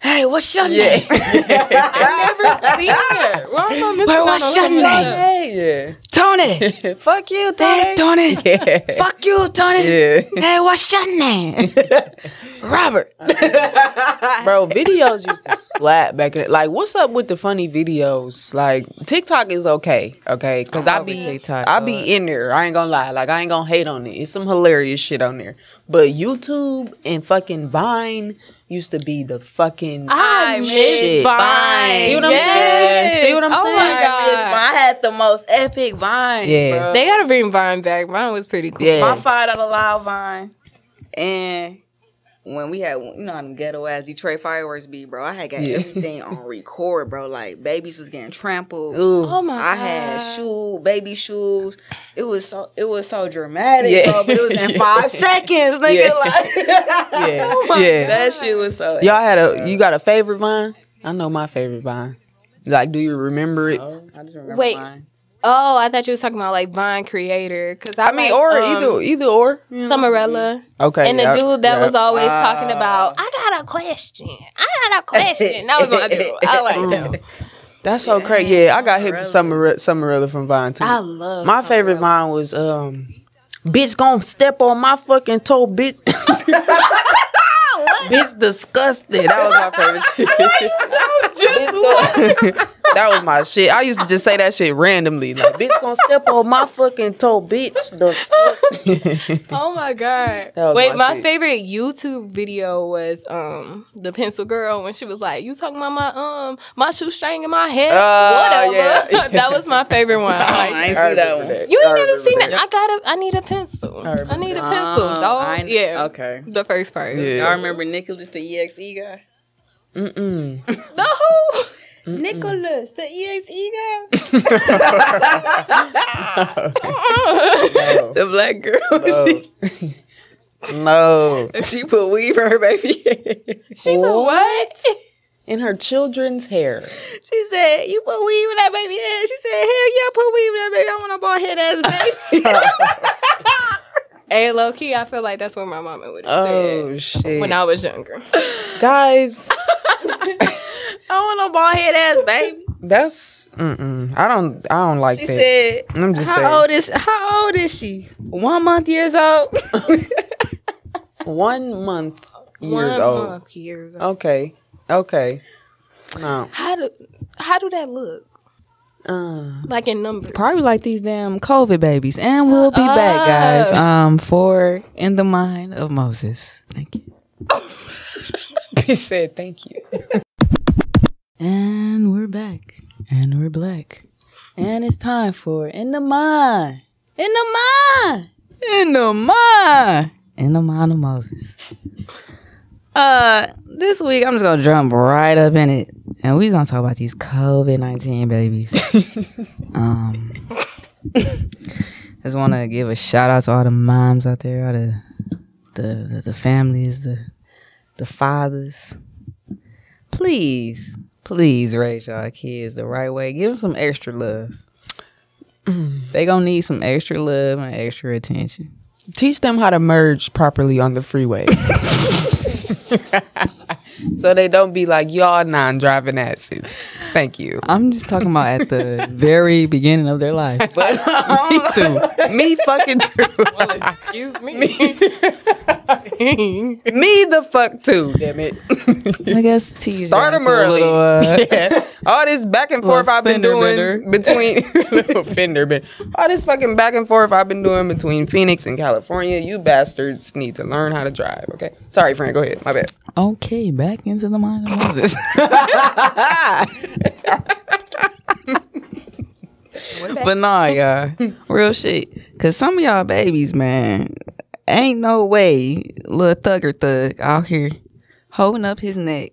[SPEAKER 2] "Hey, what's your name?
[SPEAKER 3] I've never seen it. Why am I missing
[SPEAKER 2] Where
[SPEAKER 3] out
[SPEAKER 2] was
[SPEAKER 3] on
[SPEAKER 2] your
[SPEAKER 3] looking at that?
[SPEAKER 1] Hey,
[SPEAKER 2] Tony?
[SPEAKER 1] yeah. fuck you,
[SPEAKER 2] hey,
[SPEAKER 1] Tony.
[SPEAKER 2] Tony!
[SPEAKER 1] Yeah.
[SPEAKER 2] Fuck you, Tony!
[SPEAKER 1] Yeah.
[SPEAKER 2] Hey, what's your name? Robert.
[SPEAKER 1] Bro, videos used to slap back in like what's up with the funny videos? Like TikTok is okay, okay? Cuz I
[SPEAKER 2] over
[SPEAKER 1] be
[SPEAKER 2] TikTok,
[SPEAKER 1] I
[SPEAKER 2] dog.
[SPEAKER 1] be in there. I ain't going to lie. Like I ain't going to hate on it. It's some hilarious shit on there. But YouTube and fucking Vine used to be the fucking
[SPEAKER 3] I
[SPEAKER 1] shit.
[SPEAKER 3] miss Vine.
[SPEAKER 1] See what I'm saying?
[SPEAKER 3] Yes.
[SPEAKER 1] See what I'm
[SPEAKER 3] Oh my
[SPEAKER 1] saying?
[SPEAKER 3] God.
[SPEAKER 2] Mine had the most epic vine.
[SPEAKER 1] Yeah.
[SPEAKER 2] bro.
[SPEAKER 3] They gotta bring Vine back. Vine was pretty cool.
[SPEAKER 1] Yeah.
[SPEAKER 2] My five dollar live vine, and when we had you know how them ghetto ass Detroit fireworks be, bro. I had got
[SPEAKER 1] Yeah.
[SPEAKER 2] everything on record, bro. Like babies was getting trampled.
[SPEAKER 1] Ooh.
[SPEAKER 3] Oh my
[SPEAKER 2] I
[SPEAKER 3] god.
[SPEAKER 2] had shoe baby shoes. It was so it was so dramatic,
[SPEAKER 1] Yeah.
[SPEAKER 2] bro. But it was in
[SPEAKER 1] Yeah.
[SPEAKER 2] five seconds, nigga.
[SPEAKER 1] Yeah.
[SPEAKER 2] Like
[SPEAKER 1] Yeah.
[SPEAKER 2] my
[SPEAKER 1] yeah.
[SPEAKER 2] that shit was so.
[SPEAKER 1] Y'all had a you got a favorite Vine? I know my favorite Vine. Like do you remember
[SPEAKER 3] Oh.
[SPEAKER 1] it?
[SPEAKER 2] I just remember
[SPEAKER 3] Wait.
[SPEAKER 2] mine.
[SPEAKER 3] Oh, I thought you was talking about like Vine creator. Cause I,
[SPEAKER 1] I mean,
[SPEAKER 3] like,
[SPEAKER 1] or
[SPEAKER 3] um,
[SPEAKER 1] either either or. you know?
[SPEAKER 3] Summerella
[SPEAKER 1] Okay.
[SPEAKER 3] and the
[SPEAKER 1] yeah, Ah.
[SPEAKER 3] dude that
[SPEAKER 1] yeah.
[SPEAKER 3] was always
[SPEAKER 2] Wow.
[SPEAKER 3] talking about. I got a question. I got a question. that was my dude. I
[SPEAKER 2] Mm.
[SPEAKER 3] like that.
[SPEAKER 1] That's so crazy. Yeah, I got hit to Summer Summerella from Vine too.
[SPEAKER 3] I love
[SPEAKER 1] my favorite
[SPEAKER 3] uh.
[SPEAKER 1] Vine was um, bitch gonna step on my fucking toe, bitch. Bitch disgusted. That was my favorite shit. Bitch gonna- that was my shit. I used to just say that shit randomly. Like, bitch gonna step on my fucking toe, bitch. Disgusted.
[SPEAKER 3] Oh my god!
[SPEAKER 1] That was
[SPEAKER 3] Wait,
[SPEAKER 1] my
[SPEAKER 3] my,
[SPEAKER 1] shit.
[SPEAKER 3] favorite YouTube video was um the pencil girl when she was like, "You talking about my um my shoestring in my head?
[SPEAKER 1] Oh,
[SPEAKER 3] Whatever."
[SPEAKER 1] yeah.
[SPEAKER 3] that was my favorite one. Like,
[SPEAKER 2] Oh, I ain't
[SPEAKER 1] I
[SPEAKER 2] see that
[SPEAKER 1] remember
[SPEAKER 2] one.
[SPEAKER 3] you
[SPEAKER 1] I
[SPEAKER 3] ain't never seen
[SPEAKER 1] remember
[SPEAKER 3] it. I got a. I need a pencil.
[SPEAKER 1] I remember
[SPEAKER 3] I, need a
[SPEAKER 2] that.
[SPEAKER 3] pencil,
[SPEAKER 1] Ah,
[SPEAKER 2] Oh, I
[SPEAKER 3] dog.
[SPEAKER 2] kn-
[SPEAKER 3] yeah.
[SPEAKER 2] okay.
[SPEAKER 3] The first part.
[SPEAKER 1] Yeah.
[SPEAKER 2] Y'all remember Nicholas the EXE guy?
[SPEAKER 1] Mm-mm.
[SPEAKER 3] The who? E
[SPEAKER 2] Nicholas the EXE guy,
[SPEAKER 1] Oh.
[SPEAKER 2] the black girl.
[SPEAKER 1] no. no.
[SPEAKER 2] she put weave in her baby.
[SPEAKER 3] She put what?
[SPEAKER 1] In her children's hair.
[SPEAKER 2] she said, "You put weave in that baby head." She said, "Hell yeah, put weave in that baby. I want a bald head ass baby."
[SPEAKER 3] hey, low key, I feel like that's what my mama would have
[SPEAKER 1] Oh
[SPEAKER 3] said
[SPEAKER 1] shit.
[SPEAKER 3] when I was younger.
[SPEAKER 1] Guys,
[SPEAKER 2] I want a bald head ass baby.
[SPEAKER 1] that's mm-mm. I don't I don't like
[SPEAKER 2] She
[SPEAKER 1] that.
[SPEAKER 2] said,
[SPEAKER 1] I'm just
[SPEAKER 2] "How
[SPEAKER 1] saying.
[SPEAKER 2] old is How old is she? One month years old."
[SPEAKER 1] One month years
[SPEAKER 3] One
[SPEAKER 1] old.
[SPEAKER 3] month years old.
[SPEAKER 1] Okay. Okay. No.
[SPEAKER 3] How do how do that look?
[SPEAKER 1] Uh,
[SPEAKER 3] Like in numbers.
[SPEAKER 2] Probably like these damn COVID babies. And we'll be back, guys.
[SPEAKER 1] Uh.
[SPEAKER 2] Um, for In the Mind of Moses. Thank you.
[SPEAKER 1] he said thank you.
[SPEAKER 2] And we're back. And we're black. And it's time for In the Mind. In the Mind. In the Mind. In the Mind of Moses. Uh, this week I'm just gonna jump right up in it, and we gonna talk about these COVID nineteen babies. um, just want to give a shout out to all the moms out there, all the the the, the families, the the fathers. Please, please raise y'all kids the right way. Give them some extra love. they gonna need some extra love and extra attention.
[SPEAKER 1] Teach them how to merge properly on the freeway. so they don't be like y'all non-driving asses. Thank you.
[SPEAKER 2] I'm just talking about at the very beginning of their life.
[SPEAKER 1] Me too. Me fucking too.
[SPEAKER 3] Excuse me.
[SPEAKER 1] Me the fuck too. Damn it.
[SPEAKER 2] I guess tease
[SPEAKER 1] Start
[SPEAKER 2] them
[SPEAKER 1] them
[SPEAKER 2] a
[SPEAKER 1] early.
[SPEAKER 2] little. Uh,
[SPEAKER 1] Yeah. All this back and forth
[SPEAKER 2] Little
[SPEAKER 1] I've been
[SPEAKER 2] fender
[SPEAKER 1] doing
[SPEAKER 2] bender.
[SPEAKER 1] between little fender bend. All this fucking back and forth I've been doing between Phoenix and California. You bastards need to learn how to drive. Okay. Sorry, Fran. Go ahead. My bad.
[SPEAKER 2] okay, back into the mind of Moses. but nah, y'all, real shit. Cause some of y'all babies, man, ain't no way little thugger thug out here holding up his neck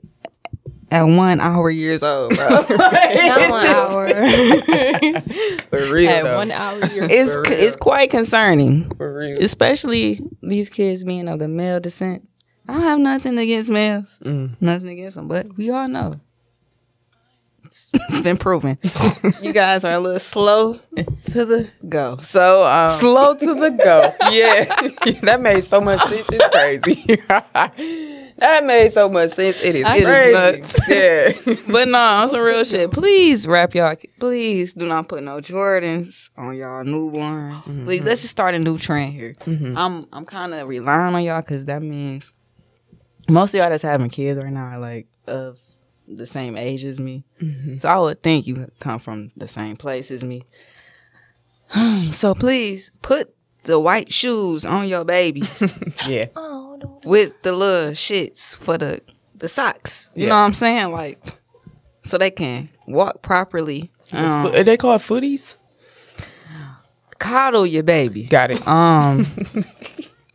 [SPEAKER 2] at one hour years old, bro.
[SPEAKER 3] Not one hour.
[SPEAKER 1] For real.
[SPEAKER 3] At
[SPEAKER 1] though.
[SPEAKER 3] one hour. You're
[SPEAKER 2] it's
[SPEAKER 1] For real.
[SPEAKER 2] it's quite concerning.
[SPEAKER 1] For real.
[SPEAKER 2] especially these kids being of the male descent. I don't have nothing against males,
[SPEAKER 1] Mm.
[SPEAKER 2] nothing against them, but we all know it's, it's been proven. you guys are a little slow to the go. So um,
[SPEAKER 1] Slow to the go. Yeah. that made so much sense. It's crazy. that made so much sense. It is
[SPEAKER 2] It is
[SPEAKER 1] crazy. yeah.
[SPEAKER 2] but no, on some real shit. Please wrap y'all. Please do not put no Jordans on y'all newborns. Please, let's just start a new trend here. I'm I'm kind of relying on y'all because that means most of y'all that's having kids right now are like of the same age as me. So I would think you come from the same place as me. so please put the white shoes on your babies
[SPEAKER 1] yeah.
[SPEAKER 3] oh, don't-
[SPEAKER 2] with the little shits for the the socks. You
[SPEAKER 1] Yeah.
[SPEAKER 2] know what I'm saying? Like, so they can walk properly. Um,
[SPEAKER 1] Are they called footies?
[SPEAKER 2] coddle your baby.
[SPEAKER 1] Got it.
[SPEAKER 2] Um,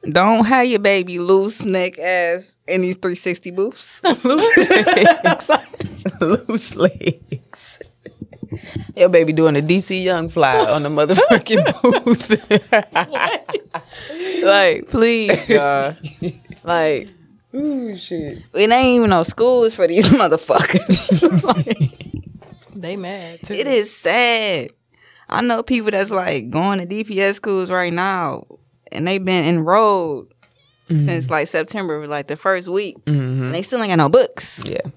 [SPEAKER 2] don't have your baby loose neck ass in these 360 boots.
[SPEAKER 1] Loose legs. Loose legs. Your baby doing a DC Young Fly on the motherfucking booth.
[SPEAKER 2] like, please, y'all. like.
[SPEAKER 1] Ooh, shit.
[SPEAKER 2] It ain't even no schools for these motherfuckers.
[SPEAKER 3] they mad too.
[SPEAKER 2] it is sad. I know people that's like going to DPS schools right now, and they've been enrolled since like September, like the first week, and they still ain't got no books.
[SPEAKER 1] Yeah.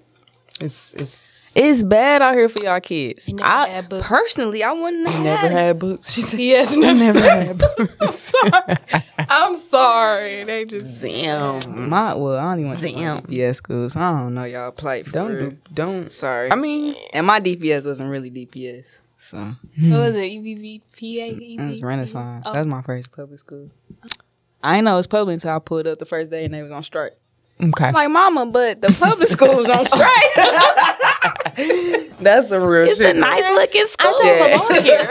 [SPEAKER 1] It's it's.
[SPEAKER 2] It's bad out here for y'all kids.
[SPEAKER 3] never
[SPEAKER 2] I
[SPEAKER 3] had books.
[SPEAKER 2] personally, I wouldn't have
[SPEAKER 1] Never
[SPEAKER 2] had it.
[SPEAKER 1] had books. She said.
[SPEAKER 3] Yes, no,
[SPEAKER 1] Never had books.
[SPEAKER 3] I'm sorry. They just
[SPEAKER 1] Damn.
[SPEAKER 2] Mm. My well, I only went to one DPS schools. I don't know y'all plight. For
[SPEAKER 1] Don't
[SPEAKER 2] real.
[SPEAKER 1] do, don't.
[SPEAKER 2] Sorry.
[SPEAKER 1] I mean,
[SPEAKER 2] and my DPS wasn't really DPS, so
[SPEAKER 1] Mm-hmm.
[SPEAKER 3] what was it? E
[SPEAKER 1] Mm,
[SPEAKER 3] EVVPA.
[SPEAKER 2] it was Renaissance.
[SPEAKER 3] Oh.
[SPEAKER 2] That's my first public school. I ain't know it was public until I pulled up the first day and they was on strike.
[SPEAKER 1] okay.
[SPEAKER 2] I'm like, Mama, but the public school's on strike.
[SPEAKER 1] That's some real
[SPEAKER 2] It's a
[SPEAKER 1] shit.
[SPEAKER 2] nice looking
[SPEAKER 3] I
[SPEAKER 2] school.
[SPEAKER 3] don't belong here.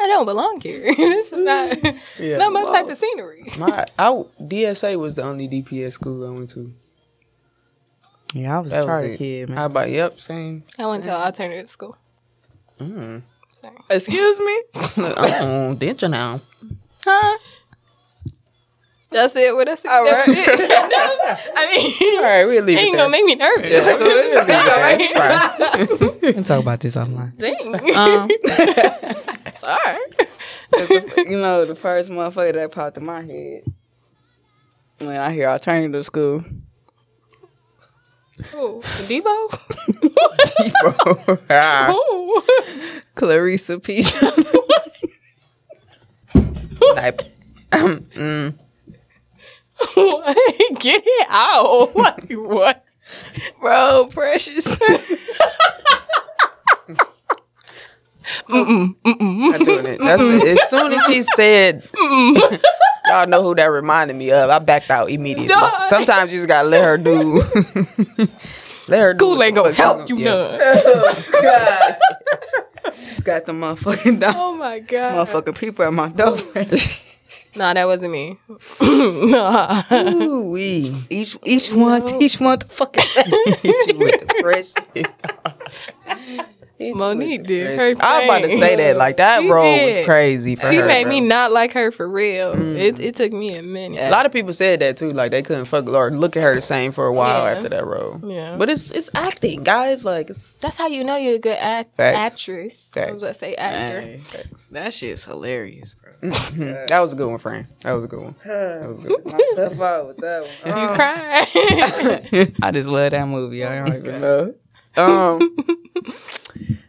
[SPEAKER 3] I don't belong here. this is not
[SPEAKER 1] Yeah.
[SPEAKER 3] not my type of scenery.
[SPEAKER 1] My I DSA was the only DPS school I went to.
[SPEAKER 2] Yeah, I was
[SPEAKER 1] That
[SPEAKER 2] a
[SPEAKER 1] was
[SPEAKER 2] charter
[SPEAKER 1] it.
[SPEAKER 2] kid, man.
[SPEAKER 1] How about yep, same.
[SPEAKER 3] I went to alternative school.
[SPEAKER 1] Mm.
[SPEAKER 3] Sorry.
[SPEAKER 2] Excuse me?
[SPEAKER 1] oh, did you now?
[SPEAKER 2] Huh?
[SPEAKER 3] That's it. What I said.
[SPEAKER 2] All
[SPEAKER 3] That's
[SPEAKER 2] right.
[SPEAKER 3] it. That's- I
[SPEAKER 1] All
[SPEAKER 3] mean,
[SPEAKER 1] right, we'll leave
[SPEAKER 3] it
[SPEAKER 1] it
[SPEAKER 3] ain't
[SPEAKER 1] there.
[SPEAKER 3] gonna make me nervous.
[SPEAKER 1] Yeah, we'll leave it there. It's fine.
[SPEAKER 2] We can talk about this online.
[SPEAKER 3] Dang.
[SPEAKER 2] Um,
[SPEAKER 3] Sorry.
[SPEAKER 2] you know, the first motherfucker that popped in my head when I hear alternative school.
[SPEAKER 3] Ooh, Debo.
[SPEAKER 1] Ah,
[SPEAKER 3] Ooh.
[SPEAKER 2] Clarissa P.
[SPEAKER 1] type. mm.
[SPEAKER 3] What? Get it out. Like what? Bro,
[SPEAKER 4] bro, precious.
[SPEAKER 3] Mm-mm, mm-mm.
[SPEAKER 1] Not doing it. That's it. As soon as she said, y'all know who that reminded me of. I backed out immediately.
[SPEAKER 3] Dog.
[SPEAKER 1] Sometimes you just gotta let her do. let her do.
[SPEAKER 3] School ain't gonna help you
[SPEAKER 1] know.
[SPEAKER 3] none.
[SPEAKER 4] Got the motherfucking dog.
[SPEAKER 3] Oh my god.
[SPEAKER 4] Motherfucking people at my door.
[SPEAKER 3] Nah, that wasn't me. nah.
[SPEAKER 1] Ooh wee.
[SPEAKER 4] each each one, each one the fucking
[SPEAKER 1] Hit you with the precious. Hit you
[SPEAKER 3] Monique
[SPEAKER 1] with the
[SPEAKER 3] did
[SPEAKER 1] precious.
[SPEAKER 3] her
[SPEAKER 1] I was about to
[SPEAKER 3] thing.
[SPEAKER 1] say that. Like that
[SPEAKER 3] She
[SPEAKER 1] role
[SPEAKER 3] did.
[SPEAKER 1] was crazy for
[SPEAKER 3] She
[SPEAKER 1] her.
[SPEAKER 3] made
[SPEAKER 1] bro. Mm.
[SPEAKER 3] me not like her for real. It it took me a minute.
[SPEAKER 1] A lot of people said that too. Like they couldn't fuck Lord. Look at her the same for a while
[SPEAKER 3] Yeah.
[SPEAKER 1] after that role.
[SPEAKER 3] Yeah.
[SPEAKER 1] But it's it's acting, guys. Like it's
[SPEAKER 3] That's how you know you're a good act-
[SPEAKER 1] Facts.
[SPEAKER 3] actress. I was
[SPEAKER 1] Facts.
[SPEAKER 3] gonna say actor.
[SPEAKER 4] That shit's hilarious, bro.
[SPEAKER 1] Mhm. that was a good one, friend. That was a good one. That was a good. One.
[SPEAKER 4] Myself out with that one.
[SPEAKER 3] You cry.
[SPEAKER 2] I just love that movie. I don't even know.
[SPEAKER 4] Um,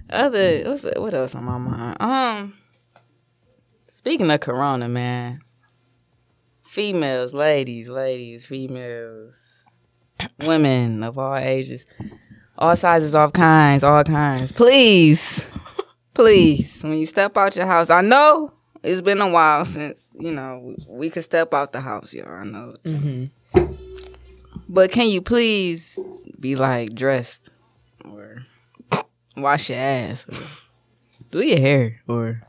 [SPEAKER 4] other what's, what else on my mind?
[SPEAKER 2] Um, speaking of Corona, man, females, ladies, ladies, females, women of all ages, all sizes, all kinds, all kinds. Please, please, when you step out your house, I know it's been a while since you know we could step out the house, y'all. I know,
[SPEAKER 1] Mhm.
[SPEAKER 2] but can you please be like dressed or wash your ass or do your hair or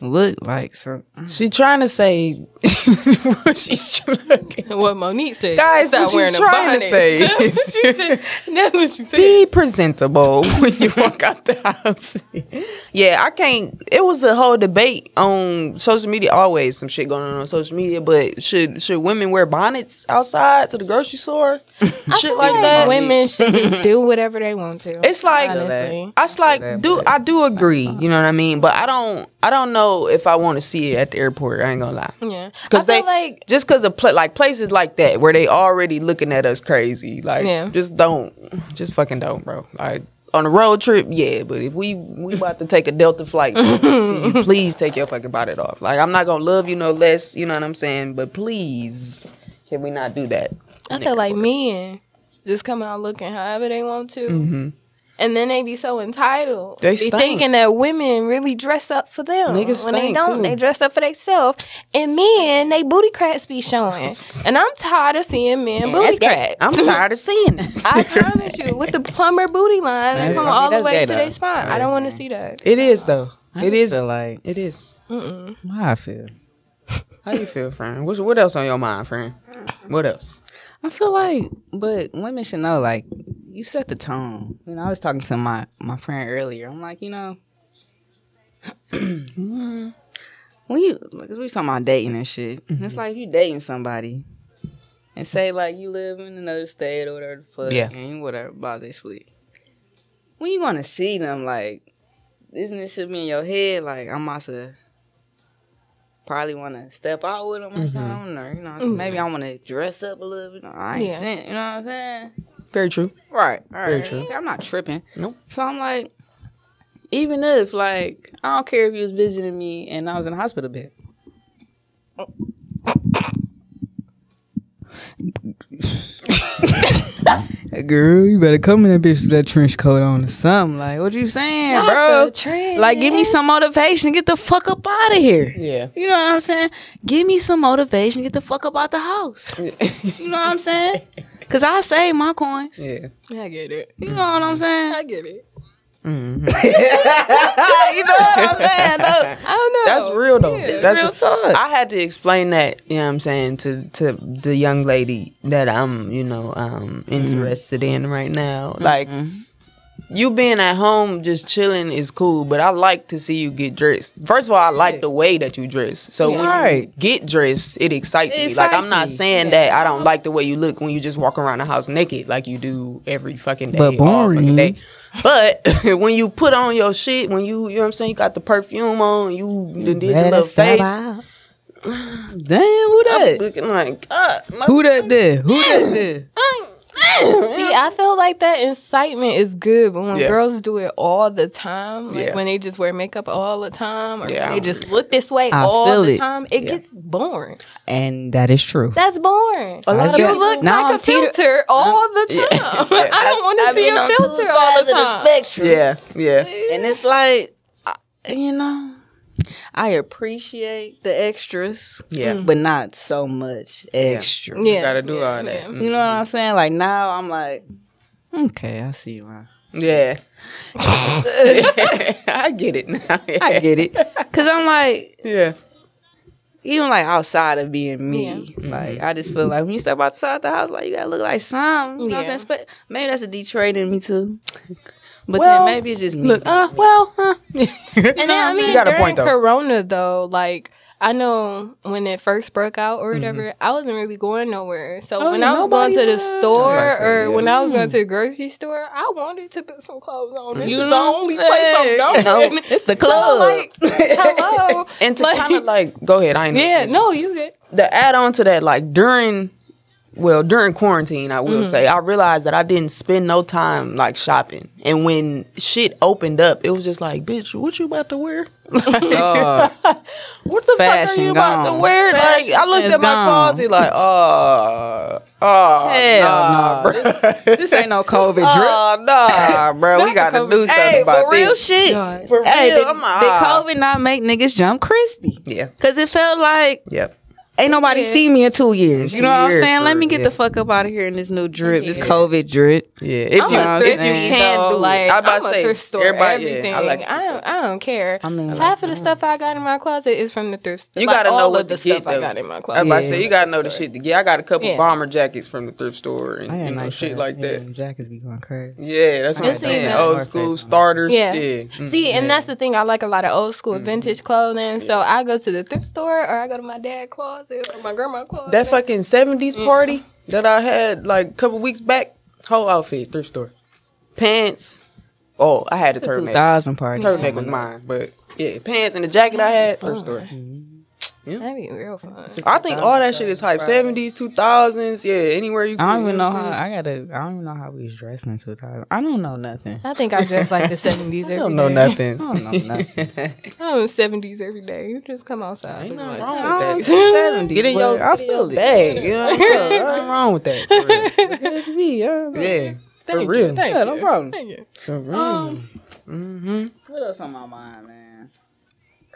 [SPEAKER 2] look like some
[SPEAKER 1] She trying to say what she's trying.
[SPEAKER 3] what Monique said.
[SPEAKER 1] Guys,
[SPEAKER 3] Stop
[SPEAKER 1] what she's
[SPEAKER 3] wearing a
[SPEAKER 1] trying to
[SPEAKER 3] bonnet.
[SPEAKER 1] say
[SPEAKER 3] That's what
[SPEAKER 1] is-
[SPEAKER 3] she said. That's what she said.
[SPEAKER 1] Be presentable when you walk out the house. yeah, I can't. It was a whole debate on social media. Always some shit going on on social media. But should should women wear bonnets outside to the grocery store? shit like that.
[SPEAKER 3] Women should just do whatever they want to.
[SPEAKER 1] It's like
[SPEAKER 3] honestly.
[SPEAKER 1] I s- like do I do agree, you know what I mean? But I don't I don't know if I want to see it at the airport. I ain't gonna lie.
[SPEAKER 3] Yeah. I
[SPEAKER 1] Cause
[SPEAKER 3] feel
[SPEAKER 1] they
[SPEAKER 3] like
[SPEAKER 1] just cause of pla- like places like that where they already looking at us crazy. Like
[SPEAKER 3] Yeah.
[SPEAKER 1] just don't, just fucking don't, bro. Like on a road trip, yeah. But if we we about to take a Delta flight, then you please take your fucking bonnet off. Like I'm not gonna love you no less. You know what I'm saying? But please, can we not do that?
[SPEAKER 3] I feel like men just come out looking however they want to. And then they be so entitled.
[SPEAKER 1] Mm-hmm. They
[SPEAKER 3] be
[SPEAKER 1] stink.
[SPEAKER 3] thinking that women really dress up for them.
[SPEAKER 1] Niggas
[SPEAKER 3] when they
[SPEAKER 1] stink,
[SPEAKER 3] don't,
[SPEAKER 1] too.
[SPEAKER 3] they dress up for themselves. And men, they booty cracks be showing. And I'm tired of seeing men booty cracks.
[SPEAKER 1] I'm tired of seeing it.
[SPEAKER 3] I promise you, with the plumber booty line, they
[SPEAKER 1] That's-
[SPEAKER 3] come all the
[SPEAKER 2] that's
[SPEAKER 3] way
[SPEAKER 2] gay,
[SPEAKER 3] to
[SPEAKER 2] though.
[SPEAKER 3] their spine. I don't want to see that.
[SPEAKER 1] It is though.
[SPEAKER 2] I
[SPEAKER 1] it
[SPEAKER 2] just
[SPEAKER 1] is
[SPEAKER 2] feel like-
[SPEAKER 1] it is.
[SPEAKER 3] Mm-mm.
[SPEAKER 2] how I feel.
[SPEAKER 1] How you feel, friend? What's, what else on your mind, friend? What else?
[SPEAKER 2] I feel like, but women should know, like, you set the tone. You know, I was talking to my my friend earlier. I'm like, you know, when you, because we talking about dating and shit. It's like if you dating somebody and say like you live in another state or whatever the fuck,
[SPEAKER 1] Yeah.
[SPEAKER 2] and you whatever, blah, they split. When you gonna see them, like, isn't this shit be in your head? Like, I'm about to probably want to step out with them or something, or you know, maybe I want to dress up a little bit. I ain't
[SPEAKER 3] Yeah.
[SPEAKER 2] sent, you know what I'm saying?
[SPEAKER 1] Very true.
[SPEAKER 2] Right,
[SPEAKER 1] Very
[SPEAKER 2] right.
[SPEAKER 1] true.
[SPEAKER 2] Okay, I'm not tripping.
[SPEAKER 1] Nope.
[SPEAKER 2] So I'm like, even if like I don't care if you was visiting me and I was in a hospital bed. Girl, you better come in that bitch with that trench coat on or something. Like, what you saying, bro? Like, give me some motivation. Get the fuck up out of here.
[SPEAKER 1] Yeah.
[SPEAKER 2] You know what I'm saying? Give me some motivation. Get the fuck up out the house. You know what I'm saying? Cause I save my coins.
[SPEAKER 1] yeah.
[SPEAKER 3] I get it.
[SPEAKER 2] You know what I'm saying?
[SPEAKER 3] I get it.
[SPEAKER 2] you know what I'm saying? though?
[SPEAKER 3] I don't know.
[SPEAKER 1] That's real though. That's
[SPEAKER 2] real talk.
[SPEAKER 1] I had to explain that, you know what I'm saying, to to the young lady that I'm, you know, um
[SPEAKER 2] Mm-hmm.
[SPEAKER 1] interested in right now. Like you being at home just chilling is cool, but I like to see you get dressed. First of all, I like the way that you dress. So when you
[SPEAKER 2] Right.
[SPEAKER 1] get dressed, it excites
[SPEAKER 2] It
[SPEAKER 1] me. Like
[SPEAKER 2] excites
[SPEAKER 1] I'm not
[SPEAKER 2] me.
[SPEAKER 1] saying that I don't like the way you look when you just walk around the house naked like you do every fucking day.
[SPEAKER 2] But
[SPEAKER 1] all fucking
[SPEAKER 2] boring.
[SPEAKER 1] day. But when you put on your shit, when you you know what I'm saying, you got the perfume on, you, you did your little face.
[SPEAKER 2] Damn, who
[SPEAKER 1] I'm
[SPEAKER 2] that?
[SPEAKER 1] looking like God. my-
[SPEAKER 2] Who that did? Who that did?
[SPEAKER 3] See, I feel like that incitement is good, but when
[SPEAKER 1] Yeah.
[SPEAKER 3] girls do it all the time, like
[SPEAKER 1] Yeah.
[SPEAKER 3] when they just wear makeup all the time, or
[SPEAKER 1] Yeah.
[SPEAKER 3] when they just look this way
[SPEAKER 6] I
[SPEAKER 3] all
[SPEAKER 6] feel
[SPEAKER 3] the
[SPEAKER 6] it.
[SPEAKER 3] time, it
[SPEAKER 1] Yeah.
[SPEAKER 3] gets boring.
[SPEAKER 6] and that is true.
[SPEAKER 3] That's boring.
[SPEAKER 6] A lot of
[SPEAKER 3] you
[SPEAKER 6] people-
[SPEAKER 3] look
[SPEAKER 6] Now
[SPEAKER 3] like
[SPEAKER 6] I'm
[SPEAKER 3] a
[SPEAKER 6] teeter-
[SPEAKER 3] filter all the time.
[SPEAKER 1] Yeah.
[SPEAKER 3] I don't want to see a filter all the
[SPEAKER 4] uh-huh.
[SPEAKER 3] time.
[SPEAKER 2] spectrum.
[SPEAKER 1] Yeah, yeah.
[SPEAKER 2] And it's like, I- you know, I appreciate the extras,
[SPEAKER 1] Yeah.
[SPEAKER 2] but not so much extra.
[SPEAKER 1] You
[SPEAKER 3] Yeah,
[SPEAKER 1] gotta do
[SPEAKER 3] yeah,
[SPEAKER 1] all that.
[SPEAKER 3] yeah.
[SPEAKER 2] You know what I'm saying? Like now, I'm like, okay, I see why.
[SPEAKER 1] Yeah. I get it now. Yeah.
[SPEAKER 2] I get it, cause I'm like,
[SPEAKER 1] Yeah.
[SPEAKER 2] even like outside of being me,
[SPEAKER 1] Yeah.
[SPEAKER 2] like I just feel like when you step outside the house, like you gotta look like something. You know what
[SPEAKER 3] Yeah.
[SPEAKER 2] I'm saying? Spe- Maybe that's a Detroit in me too, but
[SPEAKER 1] Well,
[SPEAKER 2] then maybe it's just me.
[SPEAKER 1] Look, uh, well, huh?
[SPEAKER 3] And then, I mean,
[SPEAKER 1] You got a
[SPEAKER 3] during
[SPEAKER 1] point, though.
[SPEAKER 3] Corona, though, like, I know when it first broke out
[SPEAKER 1] Mm-hmm.
[SPEAKER 3] or whatever, I wasn't really going nowhere. So
[SPEAKER 2] Oh,
[SPEAKER 3] when
[SPEAKER 2] yeah,
[SPEAKER 3] I was going
[SPEAKER 2] nobody
[SPEAKER 3] to the
[SPEAKER 2] was.
[SPEAKER 3] store
[SPEAKER 1] Nobody said,
[SPEAKER 3] or
[SPEAKER 1] yeah.
[SPEAKER 3] when I was going to the grocery store, I wanted to put some clothes on. This
[SPEAKER 2] You
[SPEAKER 3] is the
[SPEAKER 2] know
[SPEAKER 3] only
[SPEAKER 2] that.
[SPEAKER 3] place I'm going.
[SPEAKER 1] No.
[SPEAKER 2] it's the club.
[SPEAKER 3] Like, hello.
[SPEAKER 1] and to
[SPEAKER 3] Like-
[SPEAKER 1] kind of like go ahead. I ain't
[SPEAKER 3] Yeah, no, you good.
[SPEAKER 1] the add on to that, like during, well, during quarantine, I
[SPEAKER 2] Mm-hmm.
[SPEAKER 1] will say, I realized that I didn't spend no time like shopping. And when shit opened up, it was just like, bitch, what you about to wear?
[SPEAKER 2] Dog.
[SPEAKER 1] what the fuck are
[SPEAKER 2] Fashion
[SPEAKER 1] you about to
[SPEAKER 2] gone.
[SPEAKER 1] wear? Like, I looked
[SPEAKER 2] is
[SPEAKER 1] at my
[SPEAKER 2] gone.
[SPEAKER 1] closet, like, oh, oh,
[SPEAKER 2] Hell
[SPEAKER 1] nah,
[SPEAKER 2] no.
[SPEAKER 1] bro.
[SPEAKER 2] this ain't no COVID drip.
[SPEAKER 1] Oh, nah, bro. we gotta do something
[SPEAKER 2] hey,
[SPEAKER 1] about
[SPEAKER 2] for real
[SPEAKER 1] this.
[SPEAKER 2] shit.
[SPEAKER 3] God.
[SPEAKER 1] For
[SPEAKER 2] Hey,
[SPEAKER 1] real,
[SPEAKER 2] did,
[SPEAKER 1] I'm like,
[SPEAKER 2] did
[SPEAKER 1] ah.
[SPEAKER 2] COVID not make niggas jump crispy?
[SPEAKER 1] Yeah.
[SPEAKER 2] Cause it felt like
[SPEAKER 1] Yep.
[SPEAKER 2] ain't nobody
[SPEAKER 3] Yeah.
[SPEAKER 2] seen me in two years.
[SPEAKER 1] In
[SPEAKER 2] You
[SPEAKER 1] two
[SPEAKER 2] know what I'm
[SPEAKER 1] years,
[SPEAKER 2] saying? Let
[SPEAKER 1] for-
[SPEAKER 2] me get
[SPEAKER 1] yeah.
[SPEAKER 2] the fuck up out of here in this new drip, this
[SPEAKER 3] Yeah.
[SPEAKER 2] COVID drip.
[SPEAKER 1] Yeah. If
[SPEAKER 3] I'm
[SPEAKER 1] you,
[SPEAKER 2] a
[SPEAKER 1] if you
[SPEAKER 2] thrifty,
[SPEAKER 1] can
[SPEAKER 3] though,
[SPEAKER 1] do
[SPEAKER 3] like,
[SPEAKER 1] it, I about
[SPEAKER 3] I'm
[SPEAKER 1] to
[SPEAKER 3] a
[SPEAKER 1] say,
[SPEAKER 3] thrift store,
[SPEAKER 1] everybody,
[SPEAKER 3] everything.
[SPEAKER 1] Yeah, I like
[SPEAKER 3] I, don't, I don't care.
[SPEAKER 2] I mean,
[SPEAKER 3] Half of the stuff I got in my closet is from the thrift store.
[SPEAKER 1] You
[SPEAKER 3] Like,
[SPEAKER 1] gotta know
[SPEAKER 3] all
[SPEAKER 1] what
[SPEAKER 3] of the
[SPEAKER 1] to get,
[SPEAKER 3] stuff I
[SPEAKER 1] though.
[SPEAKER 3] got in my
[SPEAKER 1] I'm
[SPEAKER 3] closet.
[SPEAKER 1] about to say you gotta know the shit to get. I got a couple
[SPEAKER 3] Yeah.
[SPEAKER 1] bomber jackets from the thrift store and
[SPEAKER 2] I
[SPEAKER 1] you
[SPEAKER 2] ain't
[SPEAKER 1] know
[SPEAKER 2] like
[SPEAKER 1] shit
[SPEAKER 2] that.
[SPEAKER 1] like that.
[SPEAKER 2] Damn, Jackets be going crazy.
[SPEAKER 1] Yeah, that's what I'm
[SPEAKER 3] That's
[SPEAKER 1] saying.
[SPEAKER 3] even-
[SPEAKER 1] Old
[SPEAKER 2] Hard
[SPEAKER 1] school
[SPEAKER 2] face on.
[SPEAKER 1] starters. Yeah.
[SPEAKER 3] Yeah.
[SPEAKER 1] Mm.
[SPEAKER 3] See, and that's the thing. I like a lot of old school
[SPEAKER 1] Mm-hmm.
[SPEAKER 3] vintage clothing. So I go to the thrift store or I go to my dad's closet or my grandma's closet.
[SPEAKER 1] That fucking 70s
[SPEAKER 3] Mm-hmm.
[SPEAKER 1] party that I had like a couple weeks back, whole outfit, thrift store. Pants. Oh, I had a
[SPEAKER 2] Two
[SPEAKER 1] turtleneck.
[SPEAKER 2] thousand party.
[SPEAKER 1] Turtleneck was mine, but yeah, pants and the jacket I had, thrift store.
[SPEAKER 3] That'd be real fun.
[SPEAKER 1] I think all that shit is hype. 70s, 2000s, yeah, anywhere you
[SPEAKER 2] I don't even
[SPEAKER 1] you
[SPEAKER 2] know
[SPEAKER 1] what I'm
[SPEAKER 2] how
[SPEAKER 1] saying?
[SPEAKER 2] I gotta. I don't even know how we was dressed in 2000. I don't know nothing.
[SPEAKER 3] I think I dress like the 70s every day.
[SPEAKER 1] I don't know nothing.
[SPEAKER 2] I don't know nothing.
[SPEAKER 3] I'm 70s every day. You just come outside.
[SPEAKER 1] Ain't
[SPEAKER 3] and be
[SPEAKER 1] nothing
[SPEAKER 3] like,
[SPEAKER 1] wrong with that.
[SPEAKER 2] I'm 70.
[SPEAKER 1] Get in your,
[SPEAKER 2] but I
[SPEAKER 1] get in your
[SPEAKER 2] feel it.
[SPEAKER 1] bag. You know what I'm saying? Nothing wrong with that. for real.
[SPEAKER 2] It's me. Yeah.
[SPEAKER 1] Yeah,
[SPEAKER 3] Thank
[SPEAKER 1] for
[SPEAKER 3] you,
[SPEAKER 1] real.
[SPEAKER 3] "Oh." Thank
[SPEAKER 2] Yeah,
[SPEAKER 3] you.
[SPEAKER 2] no problem.
[SPEAKER 3] Thank you.
[SPEAKER 1] For real. hmm
[SPEAKER 2] What else on my mind, man?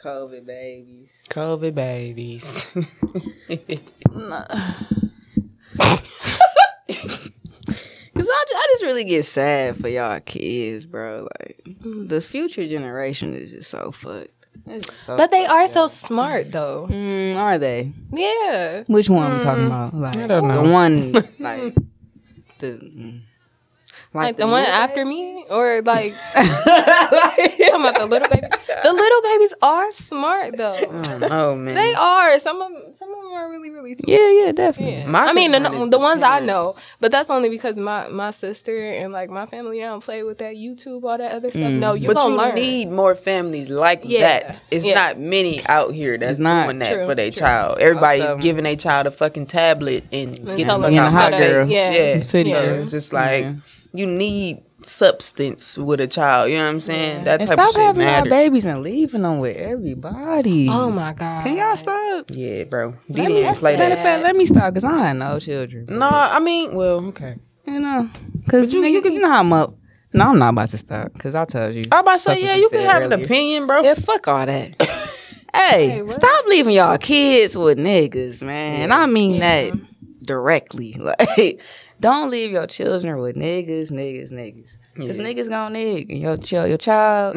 [SPEAKER 2] COVID babies.
[SPEAKER 1] COVID babies.
[SPEAKER 2] Cause I, ju- I just really get sad for y'all kids, bro. Like the future generation is just so fucked. It's just so
[SPEAKER 3] But they are so smart, though.
[SPEAKER 2] Mm, are they?
[SPEAKER 3] Yeah.
[SPEAKER 2] Which one we talking about? Like
[SPEAKER 1] I don't know.
[SPEAKER 2] the one like the mm.
[SPEAKER 3] Like the one
[SPEAKER 2] new
[SPEAKER 3] after me, or like
[SPEAKER 2] baby?
[SPEAKER 3] talking about the little baby. The little babies are smart though.
[SPEAKER 1] oh man.
[SPEAKER 3] They are. Some of 'em- some of them are really really smart.
[SPEAKER 2] yeah, yeah, definitely.
[SPEAKER 3] Yeah.
[SPEAKER 1] My
[SPEAKER 3] I mean, the,
[SPEAKER 1] concern is
[SPEAKER 3] the
[SPEAKER 1] the
[SPEAKER 3] ones I
[SPEAKER 1] parents.
[SPEAKER 3] know, but that's only because my, my sister and like my family they don't play with that YouTube, all that other stuff. No, you
[SPEAKER 1] Mm. but
[SPEAKER 3] gonna
[SPEAKER 1] you
[SPEAKER 3] learn.
[SPEAKER 1] need more families like
[SPEAKER 3] Yeah.
[SPEAKER 1] that. It's
[SPEAKER 3] Yeah.
[SPEAKER 1] not many out here that's
[SPEAKER 2] It's not.
[SPEAKER 1] doing that
[SPEAKER 3] True,
[SPEAKER 1] for their
[SPEAKER 3] true.
[SPEAKER 1] child. Everybody's
[SPEAKER 2] them-
[SPEAKER 1] giving their child a fucking tablet and, get the
[SPEAKER 3] tell
[SPEAKER 1] fuck
[SPEAKER 2] them
[SPEAKER 1] out
[SPEAKER 2] shut
[SPEAKER 1] my
[SPEAKER 2] up.
[SPEAKER 1] face.
[SPEAKER 3] Yeah.
[SPEAKER 1] yeah. So
[SPEAKER 2] Sit down.
[SPEAKER 1] it's just like
[SPEAKER 2] Yeah.
[SPEAKER 1] you need substance with a child. You know what I'm saying? That
[SPEAKER 2] And
[SPEAKER 1] type of
[SPEAKER 2] stop
[SPEAKER 1] shit
[SPEAKER 2] having our
[SPEAKER 1] matters.
[SPEAKER 2] babies and leaving them with everybody.
[SPEAKER 3] oh my god!
[SPEAKER 2] Can y'all stop?
[SPEAKER 1] Yeah, bro. Be
[SPEAKER 2] Let me,
[SPEAKER 1] there and play
[SPEAKER 2] matter
[SPEAKER 1] that.
[SPEAKER 2] of fact, let me stop because I ain't no children.
[SPEAKER 1] No, I mean, well, okay.
[SPEAKER 2] You know, because
[SPEAKER 1] you-
[SPEAKER 2] you,
[SPEAKER 1] you
[SPEAKER 2] you,
[SPEAKER 1] can-
[SPEAKER 2] know how I'm up. No, I'm not about to stop because I told you.
[SPEAKER 1] I'm about to say,
[SPEAKER 2] Fuck
[SPEAKER 1] yeah,
[SPEAKER 2] what you
[SPEAKER 1] you can
[SPEAKER 2] said
[SPEAKER 1] have an
[SPEAKER 2] earlier.
[SPEAKER 1] opinion, bro.
[SPEAKER 2] Yeah, fuck all that. hey,
[SPEAKER 3] Hey, what?
[SPEAKER 2] stop leaving y'all kids with niggas, man. And I mean that directly. Like, don't leave your children with niggas, niggas, niggas. Cause
[SPEAKER 1] Yeah.
[SPEAKER 2] niggas gonna nig. And Your child, your child,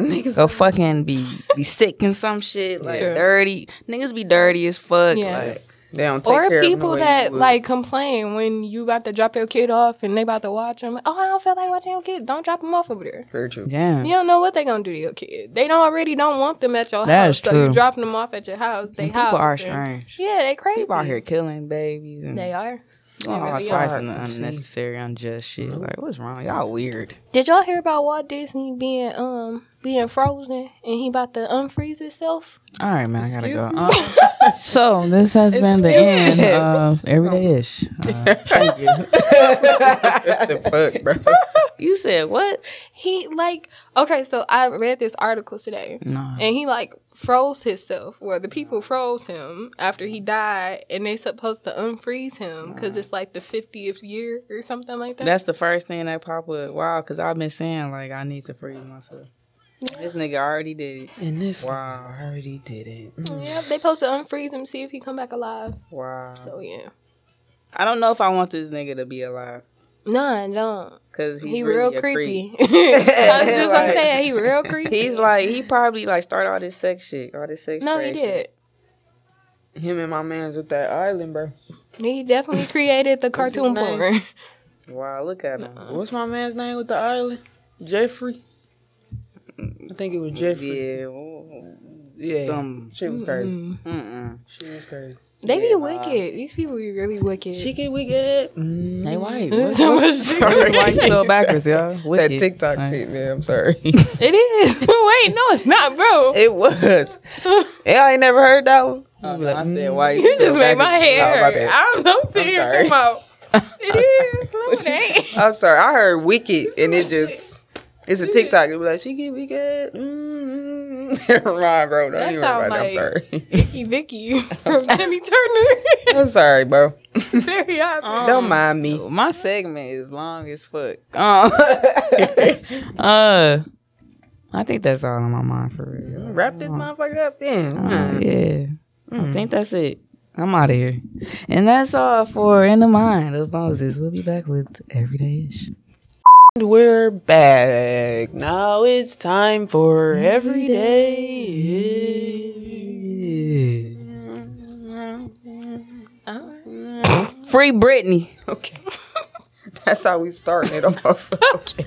[SPEAKER 1] Niggas-
[SPEAKER 2] niggas go fucking be be sick and some shit like
[SPEAKER 3] Sure.
[SPEAKER 2] dirty. Niggas be dirty as fuck.
[SPEAKER 3] Yeah.
[SPEAKER 2] Like,
[SPEAKER 1] They don't take
[SPEAKER 3] Or
[SPEAKER 1] care of them the
[SPEAKER 3] people
[SPEAKER 1] way you
[SPEAKER 3] that
[SPEAKER 1] would.
[SPEAKER 3] like complain when you about to drop your kid off and they about to watch them. Oh, I don't feel like watching your kid. Don't drop them off over there.
[SPEAKER 1] Very true.
[SPEAKER 2] damn.
[SPEAKER 3] You don't know what they gonna do to your kid. They don't already don't want them at your
[SPEAKER 2] That
[SPEAKER 3] house,
[SPEAKER 2] is
[SPEAKER 3] so you
[SPEAKER 2] true.
[SPEAKER 3] dropping them off at your house. They
[SPEAKER 2] And
[SPEAKER 3] house
[SPEAKER 2] people are
[SPEAKER 3] and-
[SPEAKER 2] strange.
[SPEAKER 3] Yeah, they crazy.
[SPEAKER 2] People out here killing babies. And
[SPEAKER 3] They are.
[SPEAKER 2] Oh,
[SPEAKER 3] really
[SPEAKER 2] it's
[SPEAKER 1] are.
[SPEAKER 2] always an unnecessary, unjust shit.
[SPEAKER 1] Nope.
[SPEAKER 2] Like, what's wrong? Y'all weird.
[SPEAKER 3] Did y'all hear about Walt Disney being um being frozen and he about to unfreeze himself?
[SPEAKER 2] All right, man, I
[SPEAKER 1] Excuse
[SPEAKER 2] gotta go. Um, so this has been the
[SPEAKER 1] Excuse
[SPEAKER 2] end
[SPEAKER 1] me.
[SPEAKER 2] of everyday ish. Uh, thank you.
[SPEAKER 1] what the fuck, bro?
[SPEAKER 2] You said what?
[SPEAKER 3] He like okay, so I read this article today
[SPEAKER 2] No.
[SPEAKER 3] and he like froze himself. Well, the people froze him after he died, and they supposed to unfreeze him because it's like the fiftieth year or something like that.
[SPEAKER 2] That's the first thing that popped up. Wow, because I've been saying like I need to freeze myself. This nigga already did.
[SPEAKER 1] And this
[SPEAKER 2] Wow.
[SPEAKER 1] I already did it.
[SPEAKER 3] yeah, they supposed to unfreeze him, see if he come back alive.
[SPEAKER 2] Wow.
[SPEAKER 3] So yeah,
[SPEAKER 2] I don't know if I want this nigga to be alive
[SPEAKER 3] nah, don't.
[SPEAKER 2] because he's
[SPEAKER 3] He
[SPEAKER 2] really
[SPEAKER 3] real
[SPEAKER 2] a creep.
[SPEAKER 3] creepy. I was just gonna
[SPEAKER 1] Like-
[SPEAKER 3] say he real creepy.
[SPEAKER 2] He's like he probably like started all this sex shit, all this sex.
[SPEAKER 3] no, he
[SPEAKER 2] crazy
[SPEAKER 3] did.
[SPEAKER 1] Him and my man's with that island, bro.
[SPEAKER 3] He definitely created the
[SPEAKER 1] What's his
[SPEAKER 3] cartoon
[SPEAKER 1] name?
[SPEAKER 3] porn.
[SPEAKER 2] shit. Wow, look at him.
[SPEAKER 1] What's my man's name with the island? Jeffrey. I think it was Jeffrey.
[SPEAKER 2] Yeah. ooh,
[SPEAKER 1] Yeah.
[SPEAKER 2] Some.
[SPEAKER 1] Shit was crazy.
[SPEAKER 3] Mm.
[SPEAKER 2] Mm-mm.
[SPEAKER 1] She was crazy.
[SPEAKER 3] They be
[SPEAKER 2] Yeah, nah.
[SPEAKER 3] wicked. These people be really wicked.
[SPEAKER 1] She get wicked. Mm.
[SPEAKER 2] They white. What's-
[SPEAKER 3] it
[SPEAKER 2] Why you spell backwards, y'all?
[SPEAKER 1] That
[SPEAKER 2] Wicked.
[SPEAKER 1] TikTok
[SPEAKER 2] Like-
[SPEAKER 1] shit, man. I'm sorry.
[SPEAKER 3] is. Wait, no, it's not, bro.
[SPEAKER 1] it was. Yeah, I ain't never heard that one.
[SPEAKER 2] Oh,
[SPEAKER 1] You
[SPEAKER 2] no,
[SPEAKER 1] like,
[SPEAKER 2] I said
[SPEAKER 1] mm.
[SPEAKER 2] why
[SPEAKER 3] You just made my head
[SPEAKER 1] No, my
[SPEAKER 3] hurt.
[SPEAKER 1] bad.
[SPEAKER 3] I'm, I'm sitting here
[SPEAKER 1] sorry.
[SPEAKER 3] talking about. It is. No, it ain't.
[SPEAKER 1] I'm sorry. I heard wicked, and it just it's a TikTok. It be like she get wicked. Mm. Never mind, bro. Don't
[SPEAKER 3] That
[SPEAKER 1] even
[SPEAKER 3] sound
[SPEAKER 1] worry about it. I'm
[SPEAKER 3] like-
[SPEAKER 1] sorry.
[SPEAKER 3] Vicky Vicky from Timmy Turner.
[SPEAKER 1] I'm sorry, bro.
[SPEAKER 3] Very
[SPEAKER 2] Oh.
[SPEAKER 3] awkward.
[SPEAKER 1] Don't
[SPEAKER 2] um,
[SPEAKER 1] mind me.
[SPEAKER 2] My segment is long as fuck. Um, uh, I think that's all in my mind for real.
[SPEAKER 1] Wrap this motherfucker up then.
[SPEAKER 2] Uh,
[SPEAKER 1] Mm.
[SPEAKER 2] yeah, I think that's it. I'm out of here, and that's all for in the mind of Moses. We'll be back with everyday ish.
[SPEAKER 1] And we're back. Now it's time for everyday.
[SPEAKER 2] Free Britney.
[SPEAKER 1] Okay. That's how we starting it off. okay.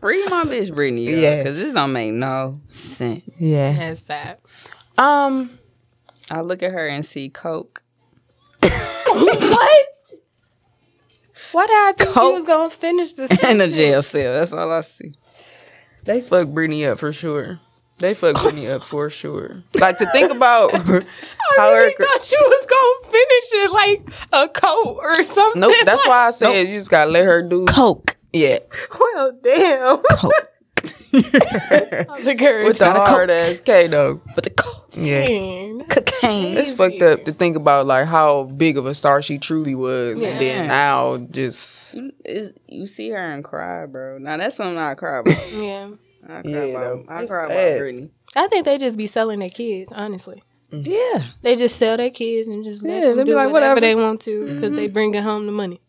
[SPEAKER 2] Free my bitch Britney. Yeah,
[SPEAKER 1] Yeah.
[SPEAKER 2] because this don't make no sense.
[SPEAKER 1] Yeah.
[SPEAKER 3] That's sad.
[SPEAKER 1] Um.
[SPEAKER 2] I look at her and see Coke.
[SPEAKER 1] what?
[SPEAKER 3] Why did I think
[SPEAKER 1] Coke.
[SPEAKER 3] he was gonna finish this?
[SPEAKER 2] in a jail cell. That's all I see.
[SPEAKER 1] They fuck Britney up for sure. They fuck Britney up for sure. Like to think about
[SPEAKER 3] I
[SPEAKER 1] how her.
[SPEAKER 3] really thought you was gonna finish it like a coat or something.
[SPEAKER 1] Nope. That's why I said you just gotta let her do.
[SPEAKER 2] Coke.
[SPEAKER 1] Yeah.
[SPEAKER 3] Well, damn.
[SPEAKER 2] Coke.
[SPEAKER 3] the girl.
[SPEAKER 1] With the hard ass K though.
[SPEAKER 2] But the Coke.
[SPEAKER 1] Yeah.
[SPEAKER 2] Cocaine.
[SPEAKER 1] It's fucked up to think about like how big of a star she truly was, and
[SPEAKER 2] Yeah.
[SPEAKER 1] then now just
[SPEAKER 2] You, is, you see her and cry, bro. Now that's something I cry about.
[SPEAKER 3] Yeah.
[SPEAKER 2] I cry
[SPEAKER 1] Yeah,
[SPEAKER 2] about.
[SPEAKER 1] though.
[SPEAKER 2] I
[SPEAKER 1] It's
[SPEAKER 2] cry
[SPEAKER 1] sad.
[SPEAKER 2] about Britney.
[SPEAKER 3] I think they just be selling their kids, honestly.
[SPEAKER 2] Yeah.
[SPEAKER 3] They just sell their kids and just let
[SPEAKER 2] Yeah,
[SPEAKER 3] them
[SPEAKER 2] they be
[SPEAKER 3] do
[SPEAKER 2] like,
[SPEAKER 3] whatever,
[SPEAKER 2] whatever.
[SPEAKER 3] they want to because
[SPEAKER 1] Mm-hmm.
[SPEAKER 3] they bringing home the money.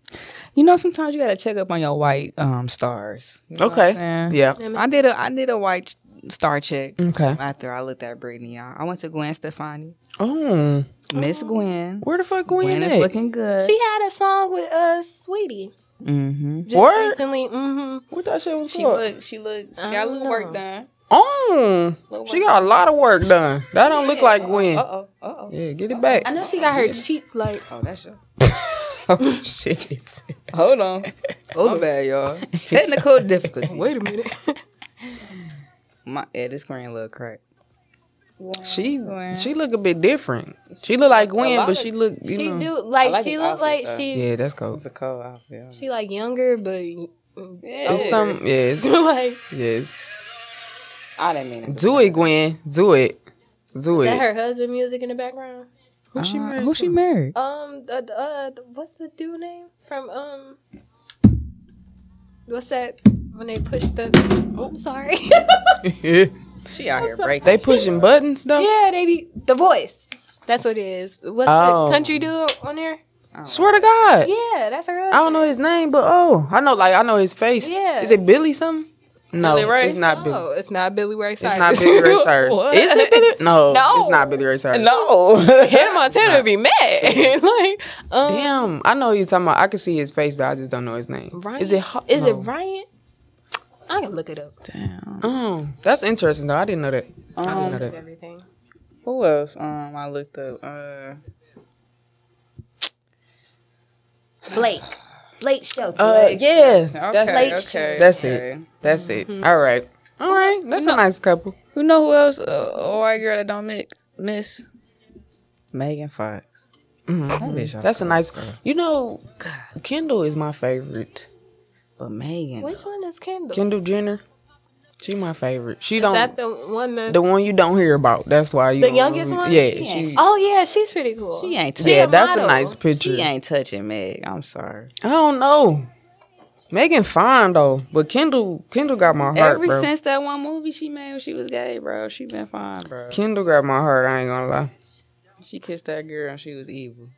[SPEAKER 2] You know, sometimes you gotta check up on your white um stars. You know what
[SPEAKER 1] okay.
[SPEAKER 2] I'm saying?
[SPEAKER 1] Yeah.
[SPEAKER 2] I did a I did a white star check
[SPEAKER 1] Okay.
[SPEAKER 2] after I looked at Britney. Y'all, I went to Gwen Stefani,
[SPEAKER 1] Oh,
[SPEAKER 2] Miss Gwen.
[SPEAKER 1] where the fuck
[SPEAKER 2] Gwen
[SPEAKER 1] Gwen
[SPEAKER 2] is
[SPEAKER 1] at?
[SPEAKER 2] looking good.
[SPEAKER 3] She had a song with uh Sweetie
[SPEAKER 2] mm-hmm.
[SPEAKER 3] just
[SPEAKER 1] Word?
[SPEAKER 3] recently. Mm-hmm.
[SPEAKER 1] what that shit was
[SPEAKER 2] She
[SPEAKER 1] called?
[SPEAKER 2] look. She look. She got
[SPEAKER 3] I
[SPEAKER 2] a
[SPEAKER 3] don't
[SPEAKER 2] little work
[SPEAKER 3] know.
[SPEAKER 2] done.
[SPEAKER 1] Oh,
[SPEAKER 2] Little
[SPEAKER 1] she
[SPEAKER 2] work
[SPEAKER 1] got a lot of work done. That don't look like Gwen.
[SPEAKER 2] Uh oh. Uh oh.
[SPEAKER 1] Yeah, get it back.
[SPEAKER 3] I know she got her cheeks like
[SPEAKER 2] Oh, that's your.
[SPEAKER 1] Oh shit.
[SPEAKER 2] Hold on. Hold My bad, y'all. Technical difficulty.
[SPEAKER 3] wait a minute.
[SPEAKER 2] My edit screen look crack.
[SPEAKER 1] She
[SPEAKER 2] Gwen.
[SPEAKER 1] she look a bit different. She look like Gwen,
[SPEAKER 2] lot
[SPEAKER 1] but
[SPEAKER 2] of-
[SPEAKER 1] she look you
[SPEAKER 3] she
[SPEAKER 1] know.
[SPEAKER 3] do like,
[SPEAKER 2] like
[SPEAKER 3] she
[SPEAKER 2] his
[SPEAKER 3] look
[SPEAKER 2] outfit,
[SPEAKER 3] like
[SPEAKER 2] though.
[SPEAKER 3] she
[SPEAKER 1] Yeah, that's cool.
[SPEAKER 2] a cold outfit.
[SPEAKER 3] she like younger but
[SPEAKER 2] Yeah.
[SPEAKER 1] It's some yes,
[SPEAKER 3] like
[SPEAKER 1] yes.
[SPEAKER 2] I didn't mean it.
[SPEAKER 1] Do it, Gwen. Do it. Do
[SPEAKER 3] is that
[SPEAKER 1] it.
[SPEAKER 3] her husband music in the background.
[SPEAKER 1] Who she married?
[SPEAKER 2] Who she married?
[SPEAKER 3] Um, uh, uh, what's the dude name from um? What's that when they push the? Oh, I'm sorry.
[SPEAKER 2] She out here breaking.
[SPEAKER 1] they pushing buttons though.
[SPEAKER 3] yeah, they be the voice. That's what it is. What's
[SPEAKER 1] Oh.
[SPEAKER 3] the country dude on there?
[SPEAKER 1] Swear to God.
[SPEAKER 3] Yeah, that's her.
[SPEAKER 1] I don't know his name, but oh, I know like I know his face.
[SPEAKER 3] Yeah.
[SPEAKER 1] Is it Billy something? No,
[SPEAKER 2] Billy Ray?
[SPEAKER 1] it's not Billy.
[SPEAKER 3] No, Oh, it's not Billy Ray
[SPEAKER 1] It's
[SPEAKER 3] Cyrus.
[SPEAKER 1] not Billy Ray Cyrus.
[SPEAKER 3] What?
[SPEAKER 1] Is it Billy? No,
[SPEAKER 3] No.
[SPEAKER 1] it's not Billy Ray Cyrus.
[SPEAKER 2] No.
[SPEAKER 3] Hannah Montana would be mad. like, um,
[SPEAKER 1] Damn, I know who you're talking about. I can see his face, though. I just don't know his name.
[SPEAKER 3] Ryan?
[SPEAKER 1] Is it? Ho-
[SPEAKER 3] Is it
[SPEAKER 1] no.
[SPEAKER 3] Ryan? I can look it up.
[SPEAKER 2] Damn.
[SPEAKER 1] Oh, that's interesting though. I didn't know that. I didn't know
[SPEAKER 2] Um,
[SPEAKER 1] that.
[SPEAKER 3] Everything.
[SPEAKER 2] who else? Um, I looked up. Uh,
[SPEAKER 7] Blake. Blake Shelton.
[SPEAKER 1] Uh, yeah, that's
[SPEAKER 7] Blake
[SPEAKER 4] okay.
[SPEAKER 1] that's
[SPEAKER 4] okay.
[SPEAKER 1] it. That's it.
[SPEAKER 3] Mm-hmm.
[SPEAKER 1] All right, all right. That's a nice couple.
[SPEAKER 4] Who know who else? Uh, a white girl that don't mi- miss Megan Fox. That bitch a-
[SPEAKER 1] Mm-hmm. That's a nice. You know, God, Kendall is my favorite.
[SPEAKER 4] but Megan.
[SPEAKER 3] Which one is Kendall?
[SPEAKER 1] Kendall Jenner, she my favorite. She
[SPEAKER 3] Is that
[SPEAKER 1] don't
[SPEAKER 3] the one that's
[SPEAKER 1] the one you don't hear about. That's why you
[SPEAKER 3] The
[SPEAKER 1] don't
[SPEAKER 3] youngest
[SPEAKER 1] remember-
[SPEAKER 3] one?
[SPEAKER 1] Yeah,
[SPEAKER 3] She
[SPEAKER 1] she.
[SPEAKER 3] Oh yeah, she's pretty cool.
[SPEAKER 2] She ain't touching.
[SPEAKER 1] yeah,
[SPEAKER 3] a
[SPEAKER 1] that's a
[SPEAKER 3] model.
[SPEAKER 1] nice picture.
[SPEAKER 2] She ain't touching Meg. I'm sorry.
[SPEAKER 1] I don't know. Megan fine though, but Kendall Kendall got my heart,
[SPEAKER 2] Ever
[SPEAKER 1] bro.
[SPEAKER 2] since that one movie she made when she was gay, bro, she been fine, bro.
[SPEAKER 1] Kendall got my heart. I ain't gonna lie.
[SPEAKER 2] She kissed that girl and she was evil.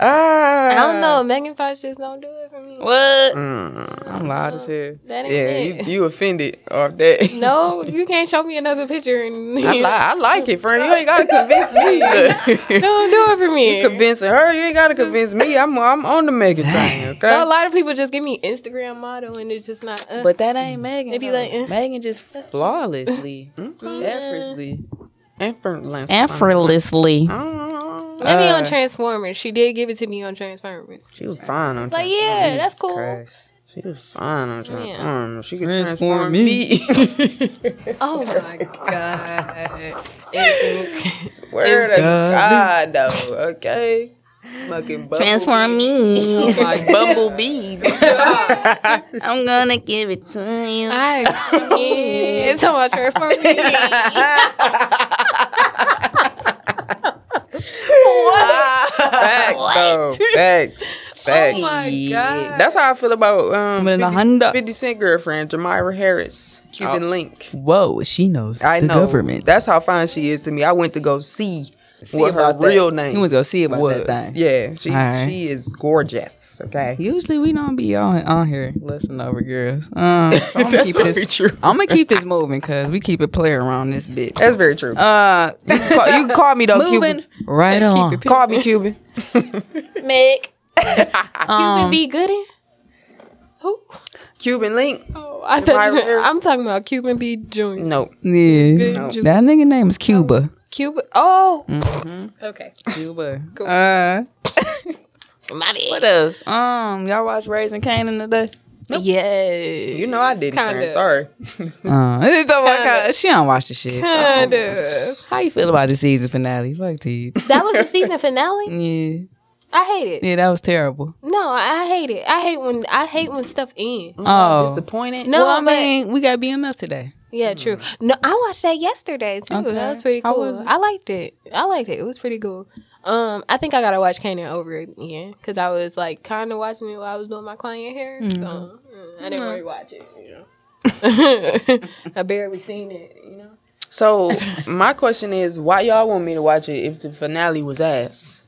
[SPEAKER 1] ah,
[SPEAKER 3] I don't know. Megan Fox just don't do it for me.
[SPEAKER 2] What?
[SPEAKER 1] Mm,
[SPEAKER 2] I'm loud as hell.
[SPEAKER 3] That ain't
[SPEAKER 1] yeah, you,
[SPEAKER 3] it.
[SPEAKER 1] you offended off that.
[SPEAKER 3] no, you can't show me another picture. And
[SPEAKER 1] I, li- I like it, friend. You ain't gotta convince me. Look,
[SPEAKER 3] don't do it for me.
[SPEAKER 1] you convincing her. You ain't gotta convince me. I'm I'm on the Megan train. Okay.
[SPEAKER 3] But a lot of people just give me Instagram model and it's just not. Uh,
[SPEAKER 2] But that ain't Megan.
[SPEAKER 3] They be
[SPEAKER 2] though.
[SPEAKER 3] like, eh.
[SPEAKER 2] Megan just flawlessly, effortlessly,
[SPEAKER 1] Effortless.
[SPEAKER 2] effortlessly.
[SPEAKER 1] Oh,
[SPEAKER 3] maybe on
[SPEAKER 2] uh,
[SPEAKER 3] Transformers, she did give it to me on Transformers.
[SPEAKER 1] she was fine on.
[SPEAKER 3] It's like
[SPEAKER 1] Tra-
[SPEAKER 3] yeah, that's cool.
[SPEAKER 1] she was fine on. Tra-
[SPEAKER 3] Yeah.
[SPEAKER 1] um, she could
[SPEAKER 4] Transform
[SPEAKER 1] transform me.
[SPEAKER 4] me.
[SPEAKER 3] Oh my god. It's-
[SPEAKER 1] Where to God though. Okay. Fucking bumblebee.
[SPEAKER 2] Transform me.
[SPEAKER 1] Like bumblebee.
[SPEAKER 2] I'm gonna give it to you.
[SPEAKER 3] I yeah, it's about Transformers. Oh
[SPEAKER 1] Facts though. Facts. Facts.
[SPEAKER 3] Oh my
[SPEAKER 2] Yeah.
[SPEAKER 3] god.
[SPEAKER 1] That's how I feel about um
[SPEAKER 2] I'm in a Honda.
[SPEAKER 1] 50 Cent girlfriend, Jamira Harris, Cuban Link.
[SPEAKER 2] Whoa, she knows
[SPEAKER 1] I
[SPEAKER 2] Oh. the
[SPEAKER 1] know.
[SPEAKER 2] government.
[SPEAKER 1] That's how fine she is to me. I went to go see,
[SPEAKER 2] See
[SPEAKER 1] what her
[SPEAKER 2] about that.
[SPEAKER 1] real name
[SPEAKER 2] You was gonna see about
[SPEAKER 1] was.
[SPEAKER 2] that thing.
[SPEAKER 1] Yeah, she
[SPEAKER 2] All right.
[SPEAKER 1] she is gorgeous. Okay.
[SPEAKER 2] Usually we don't be on on here listening over girls. Um, so I'm, gonna
[SPEAKER 1] That's
[SPEAKER 2] keep
[SPEAKER 1] very
[SPEAKER 2] this,
[SPEAKER 1] true.
[SPEAKER 2] I'm gonna keep this moving because we keep it player around this bitch.
[SPEAKER 1] That's very true.
[SPEAKER 2] Uh,
[SPEAKER 1] you can call, you can call me though,
[SPEAKER 2] moving
[SPEAKER 1] Cuban.
[SPEAKER 2] right along.
[SPEAKER 1] Call me Cuban.
[SPEAKER 2] Mick.
[SPEAKER 3] Cuban
[SPEAKER 2] um,
[SPEAKER 3] B. Gooding? Who?
[SPEAKER 1] Cuban Link.
[SPEAKER 3] Oh, I thought you said,
[SPEAKER 1] Myra-
[SPEAKER 3] I'm talking about Cuban B. Jr.
[SPEAKER 1] No.
[SPEAKER 2] yeah,
[SPEAKER 3] No.
[SPEAKER 2] that nigga name is Cuba.
[SPEAKER 3] Cuban. Oh,
[SPEAKER 7] Okay.
[SPEAKER 2] Cuba. Uh, what else? Um, y'all watch Raising Canaan today?
[SPEAKER 3] yeah.
[SPEAKER 1] You know I didn't. Karen.
[SPEAKER 3] Kinda.
[SPEAKER 1] Sorry.
[SPEAKER 2] Uh, it's all like how- she don't watch the shit. Oh,
[SPEAKER 3] Kinda.
[SPEAKER 2] How you feel about the season finale? Fuck to
[SPEAKER 3] That was the season finale.
[SPEAKER 2] Yeah,
[SPEAKER 3] I hate it.
[SPEAKER 2] yeah, that was terrible.
[SPEAKER 3] No, I hate it. I hate when I hate when stuff ends.
[SPEAKER 2] Oh.
[SPEAKER 1] disappointed.
[SPEAKER 3] No,
[SPEAKER 2] well, I
[SPEAKER 3] but-
[SPEAKER 2] mean, we got BMF today.
[SPEAKER 3] Yeah, true. No, I watched that yesterday too.
[SPEAKER 2] Mm-hmm. Okay.
[SPEAKER 3] That was pretty
[SPEAKER 2] How
[SPEAKER 3] cool.
[SPEAKER 2] was it?
[SPEAKER 3] I liked it. I liked it. It was pretty cool. Um, I think I gotta watch Kanan over again because I was like kind of watching it while I was doing my client hair,
[SPEAKER 2] Mm-hmm.
[SPEAKER 3] so mm, I didn't really watch it. You know, I barely seen it. You know,
[SPEAKER 1] So my question is, why y'all want me to watch it if the finale was ass?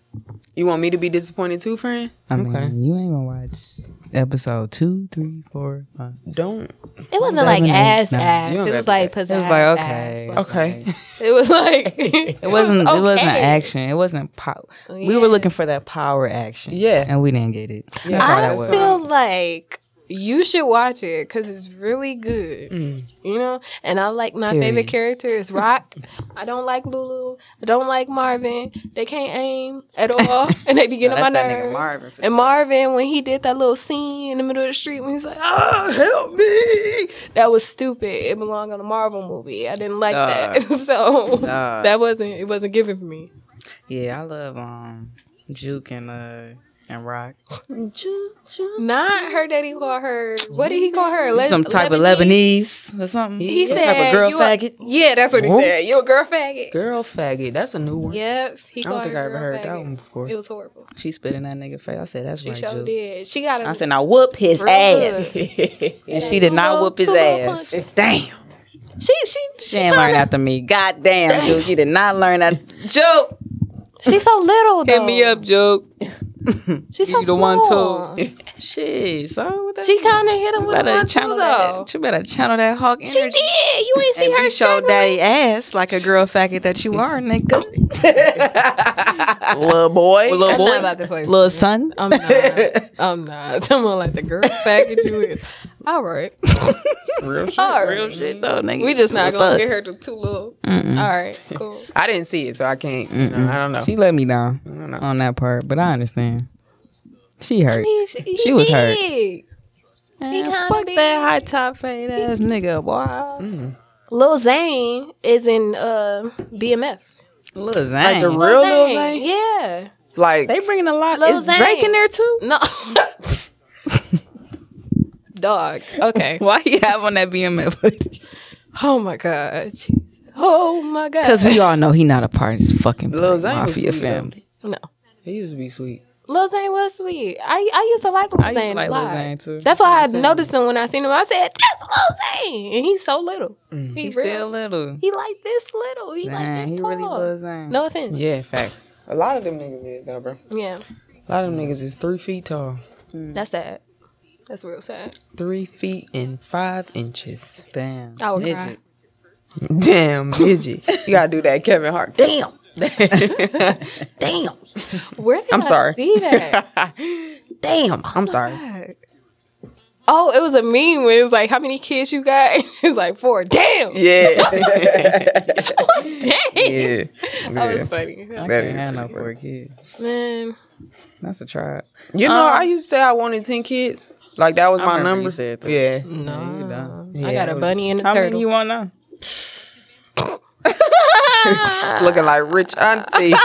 [SPEAKER 1] You want me to be disappointed too, friend?
[SPEAKER 2] I mean,
[SPEAKER 1] Okay.
[SPEAKER 2] you ain't gonna watch episode two, three, four, five.
[SPEAKER 1] Don't.
[SPEAKER 3] it wasn't
[SPEAKER 2] Seven,
[SPEAKER 3] like
[SPEAKER 2] eight,
[SPEAKER 3] ass
[SPEAKER 2] nine.
[SPEAKER 3] ass.
[SPEAKER 1] You don't
[SPEAKER 3] It was
[SPEAKER 1] gotta
[SPEAKER 3] like
[SPEAKER 2] It
[SPEAKER 3] possessed.
[SPEAKER 2] was like okay,
[SPEAKER 1] Okay.
[SPEAKER 3] It was like it
[SPEAKER 2] It wasn't. It wasn't
[SPEAKER 3] okay.
[SPEAKER 2] action. It wasn't power. We were
[SPEAKER 3] Yeah.
[SPEAKER 2] looking for that power action.
[SPEAKER 1] Yeah.
[SPEAKER 2] and we didn't get it.
[SPEAKER 1] Yeah.
[SPEAKER 2] That's all
[SPEAKER 3] I
[SPEAKER 2] that
[SPEAKER 1] That's
[SPEAKER 2] was.
[SPEAKER 1] what-
[SPEAKER 3] feel like you should watch it because it's really good. You know, and I like my favorite
[SPEAKER 2] Mm. Period.
[SPEAKER 3] character is Rock. I don't like Lulu. I don't like Marvin. They can't aim at all, and they be getting on my
[SPEAKER 2] That's that nigga
[SPEAKER 3] nerves.
[SPEAKER 2] Marvin for
[SPEAKER 3] and Marvin, when he did that little scene in the middle of the street, when he's like, "Ah, help me," that was stupid. It belonged on a Marvel movie. I didn't like that, so
[SPEAKER 2] Nah.
[SPEAKER 3] that wasn't it. Wasn't given for me.
[SPEAKER 2] Yeah, I love um Juke and uh and Rock.
[SPEAKER 3] Not her that he called her. What did he call her? Le-
[SPEAKER 2] Some type of
[SPEAKER 3] Lebanese?
[SPEAKER 2] Lebanese or something.
[SPEAKER 3] He
[SPEAKER 2] Some
[SPEAKER 3] said,
[SPEAKER 2] type of girl
[SPEAKER 3] you a-
[SPEAKER 2] faggot.
[SPEAKER 3] Yeah, that's what he
[SPEAKER 1] Whoop.
[SPEAKER 3] said. You a girl faggot.
[SPEAKER 1] Girl faggot. That's a new one.
[SPEAKER 3] Yep.
[SPEAKER 1] I
[SPEAKER 3] He
[SPEAKER 1] don't
[SPEAKER 3] called
[SPEAKER 1] think I
[SPEAKER 3] her
[SPEAKER 1] ever
[SPEAKER 3] girl
[SPEAKER 1] heard that
[SPEAKER 3] faggot.
[SPEAKER 1] one before.
[SPEAKER 3] It was horrible.
[SPEAKER 2] She spit in that nigga face. I said, "That's
[SPEAKER 3] She
[SPEAKER 2] right,
[SPEAKER 3] sure
[SPEAKER 2] Juke."
[SPEAKER 3] did. She got him.
[SPEAKER 2] I said, "Now whoop his
[SPEAKER 3] Real
[SPEAKER 2] ass,"
[SPEAKER 3] good.
[SPEAKER 2] and she did
[SPEAKER 3] Two
[SPEAKER 2] not whoop his
[SPEAKER 3] little
[SPEAKER 2] ass. Damn.
[SPEAKER 3] she she
[SPEAKER 2] She ain't learn after me. God damn, Juke. You did not learn that. Juke,
[SPEAKER 3] she's so little though.
[SPEAKER 2] hit me up, Juke.
[SPEAKER 3] She's so
[SPEAKER 2] you the one, too.
[SPEAKER 3] small.
[SPEAKER 2] Shit, so what the
[SPEAKER 3] She kind of hit him
[SPEAKER 2] You
[SPEAKER 3] with a
[SPEAKER 2] better
[SPEAKER 3] one too
[SPEAKER 2] channel that.
[SPEAKER 3] though.
[SPEAKER 2] You better channel that hawk energy.
[SPEAKER 3] She did. You ain't see
[SPEAKER 2] and
[SPEAKER 3] her
[SPEAKER 2] be show
[SPEAKER 3] struggling.
[SPEAKER 2] daddy ass like a girl faggot that you are, nigga.
[SPEAKER 1] Little boy.
[SPEAKER 2] little
[SPEAKER 3] I'm not
[SPEAKER 2] boy,
[SPEAKER 3] about to play. with
[SPEAKER 2] little
[SPEAKER 3] you.
[SPEAKER 2] son.
[SPEAKER 3] I'm not. I'm not. I'm on like the girl faggot you is. All right.
[SPEAKER 1] Real shit.
[SPEAKER 3] All right.
[SPEAKER 2] Real shit though, nigga.
[SPEAKER 3] We just not
[SPEAKER 2] What's
[SPEAKER 3] gonna
[SPEAKER 2] up? Mm.
[SPEAKER 3] get her to too little.
[SPEAKER 2] Mm-mm.
[SPEAKER 3] All right. Cool.
[SPEAKER 1] I didn't see it, so I can't. You know, I don't know.
[SPEAKER 2] She let me down
[SPEAKER 1] I don't know.
[SPEAKER 2] on that part, but I understand. She hurt.
[SPEAKER 3] He,
[SPEAKER 2] She was hurt.
[SPEAKER 3] big.
[SPEAKER 2] Man,
[SPEAKER 3] kinda
[SPEAKER 2] fuck
[SPEAKER 3] big.
[SPEAKER 2] that high top fade ass nigga, boy.
[SPEAKER 3] Lil Zane is in uh, BMF.
[SPEAKER 2] Lil Zane.
[SPEAKER 1] Like the real Lil
[SPEAKER 3] Zane,
[SPEAKER 1] Zane?
[SPEAKER 3] Yeah.
[SPEAKER 1] Like,
[SPEAKER 2] they bringing a lot.
[SPEAKER 3] Lil
[SPEAKER 2] Is Drake
[SPEAKER 3] Zane.
[SPEAKER 2] in there too?
[SPEAKER 3] No. Dog. Okay.
[SPEAKER 2] Why he have on that BMF?
[SPEAKER 3] Oh my god. Jesus. Oh my god.
[SPEAKER 2] Because we all know he not a part of this fucking
[SPEAKER 1] Lil Zane was
[SPEAKER 2] mafia
[SPEAKER 1] sweet,
[SPEAKER 2] family.
[SPEAKER 3] no.
[SPEAKER 1] he used to be sweet.
[SPEAKER 3] Lil Zane was sweet. I I used to like Lil
[SPEAKER 2] I used to
[SPEAKER 3] Zane
[SPEAKER 2] like
[SPEAKER 3] a
[SPEAKER 2] Lil
[SPEAKER 3] lot.
[SPEAKER 2] Zane too.
[SPEAKER 3] That's why I noticed him when I seen him. I said, "That's Lil Zane," and he's so little. He
[SPEAKER 2] He's
[SPEAKER 3] real.
[SPEAKER 2] Mm. still little.
[SPEAKER 3] He like this little. He like
[SPEAKER 2] Dang,
[SPEAKER 3] this
[SPEAKER 2] he
[SPEAKER 3] tall.
[SPEAKER 2] really Lil Zane.
[SPEAKER 3] No offense.
[SPEAKER 1] Yeah, facts. A lot of them niggas is though, bro.
[SPEAKER 3] Yeah.
[SPEAKER 1] A lot of them niggas is three feet tall,
[SPEAKER 3] That's sad. That's real sad.
[SPEAKER 1] three feet and five inches.
[SPEAKER 2] Damn.
[SPEAKER 3] I would
[SPEAKER 2] Midget.
[SPEAKER 3] cry.
[SPEAKER 1] Damn, midget. you gotta do that, Kevin Hart. Damn. Damn.
[SPEAKER 3] Where did
[SPEAKER 1] I'm
[SPEAKER 3] I
[SPEAKER 1] sorry.
[SPEAKER 3] see that?
[SPEAKER 1] Damn. I'm sorry.
[SPEAKER 3] oh, it was a meme where it was like, "How many kids you got?" it's like four. Damn.
[SPEAKER 1] Yeah.
[SPEAKER 3] Dang.
[SPEAKER 1] yeah.
[SPEAKER 3] That was
[SPEAKER 1] Yeah.
[SPEAKER 3] funny.
[SPEAKER 2] I
[SPEAKER 1] That
[SPEAKER 2] can't
[SPEAKER 1] is
[SPEAKER 2] have no
[SPEAKER 1] pretty
[SPEAKER 2] poor kid.
[SPEAKER 3] Man.
[SPEAKER 2] That's a tribe.
[SPEAKER 1] You know,
[SPEAKER 3] Um,
[SPEAKER 1] I used to say I wanted ten kids. Like that was
[SPEAKER 2] I
[SPEAKER 1] my
[SPEAKER 2] remember you
[SPEAKER 1] number.
[SPEAKER 2] said that.
[SPEAKER 1] Yeah.
[SPEAKER 2] Yeah, you done.
[SPEAKER 1] Yeah,
[SPEAKER 3] I got
[SPEAKER 1] it
[SPEAKER 3] a
[SPEAKER 1] was-
[SPEAKER 3] bunny and a
[SPEAKER 2] How
[SPEAKER 3] turtle.
[SPEAKER 2] many you want now?
[SPEAKER 1] Looking like rich auntie.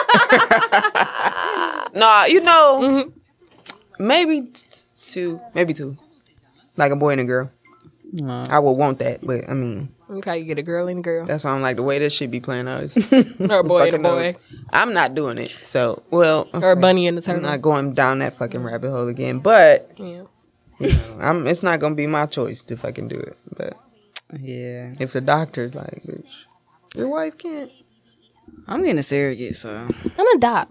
[SPEAKER 1] nah, you know,
[SPEAKER 3] Mm-hmm.
[SPEAKER 1] maybe t- two, maybe two, like a boy and a girl.
[SPEAKER 2] No.
[SPEAKER 1] I would want that, but I mean,
[SPEAKER 3] you probably get a girl and a girl.
[SPEAKER 1] that's why I'm like the way this should be playing out. Is
[SPEAKER 3] Or a boy and a
[SPEAKER 1] fucking
[SPEAKER 3] boy.
[SPEAKER 1] knows? I'm not doing it. So, well,
[SPEAKER 3] Or a bunny and a
[SPEAKER 1] I'm
[SPEAKER 3] turtle.
[SPEAKER 1] not going down that fucking rabbit hole again. But
[SPEAKER 3] yeah.
[SPEAKER 1] you know, I'm. It's not gonna be my choice to fucking do it. But
[SPEAKER 2] Yeah.
[SPEAKER 1] if the doctor's like, bitch, your wife can't.
[SPEAKER 2] I'm getting a surrogate, so
[SPEAKER 3] I'm a dop.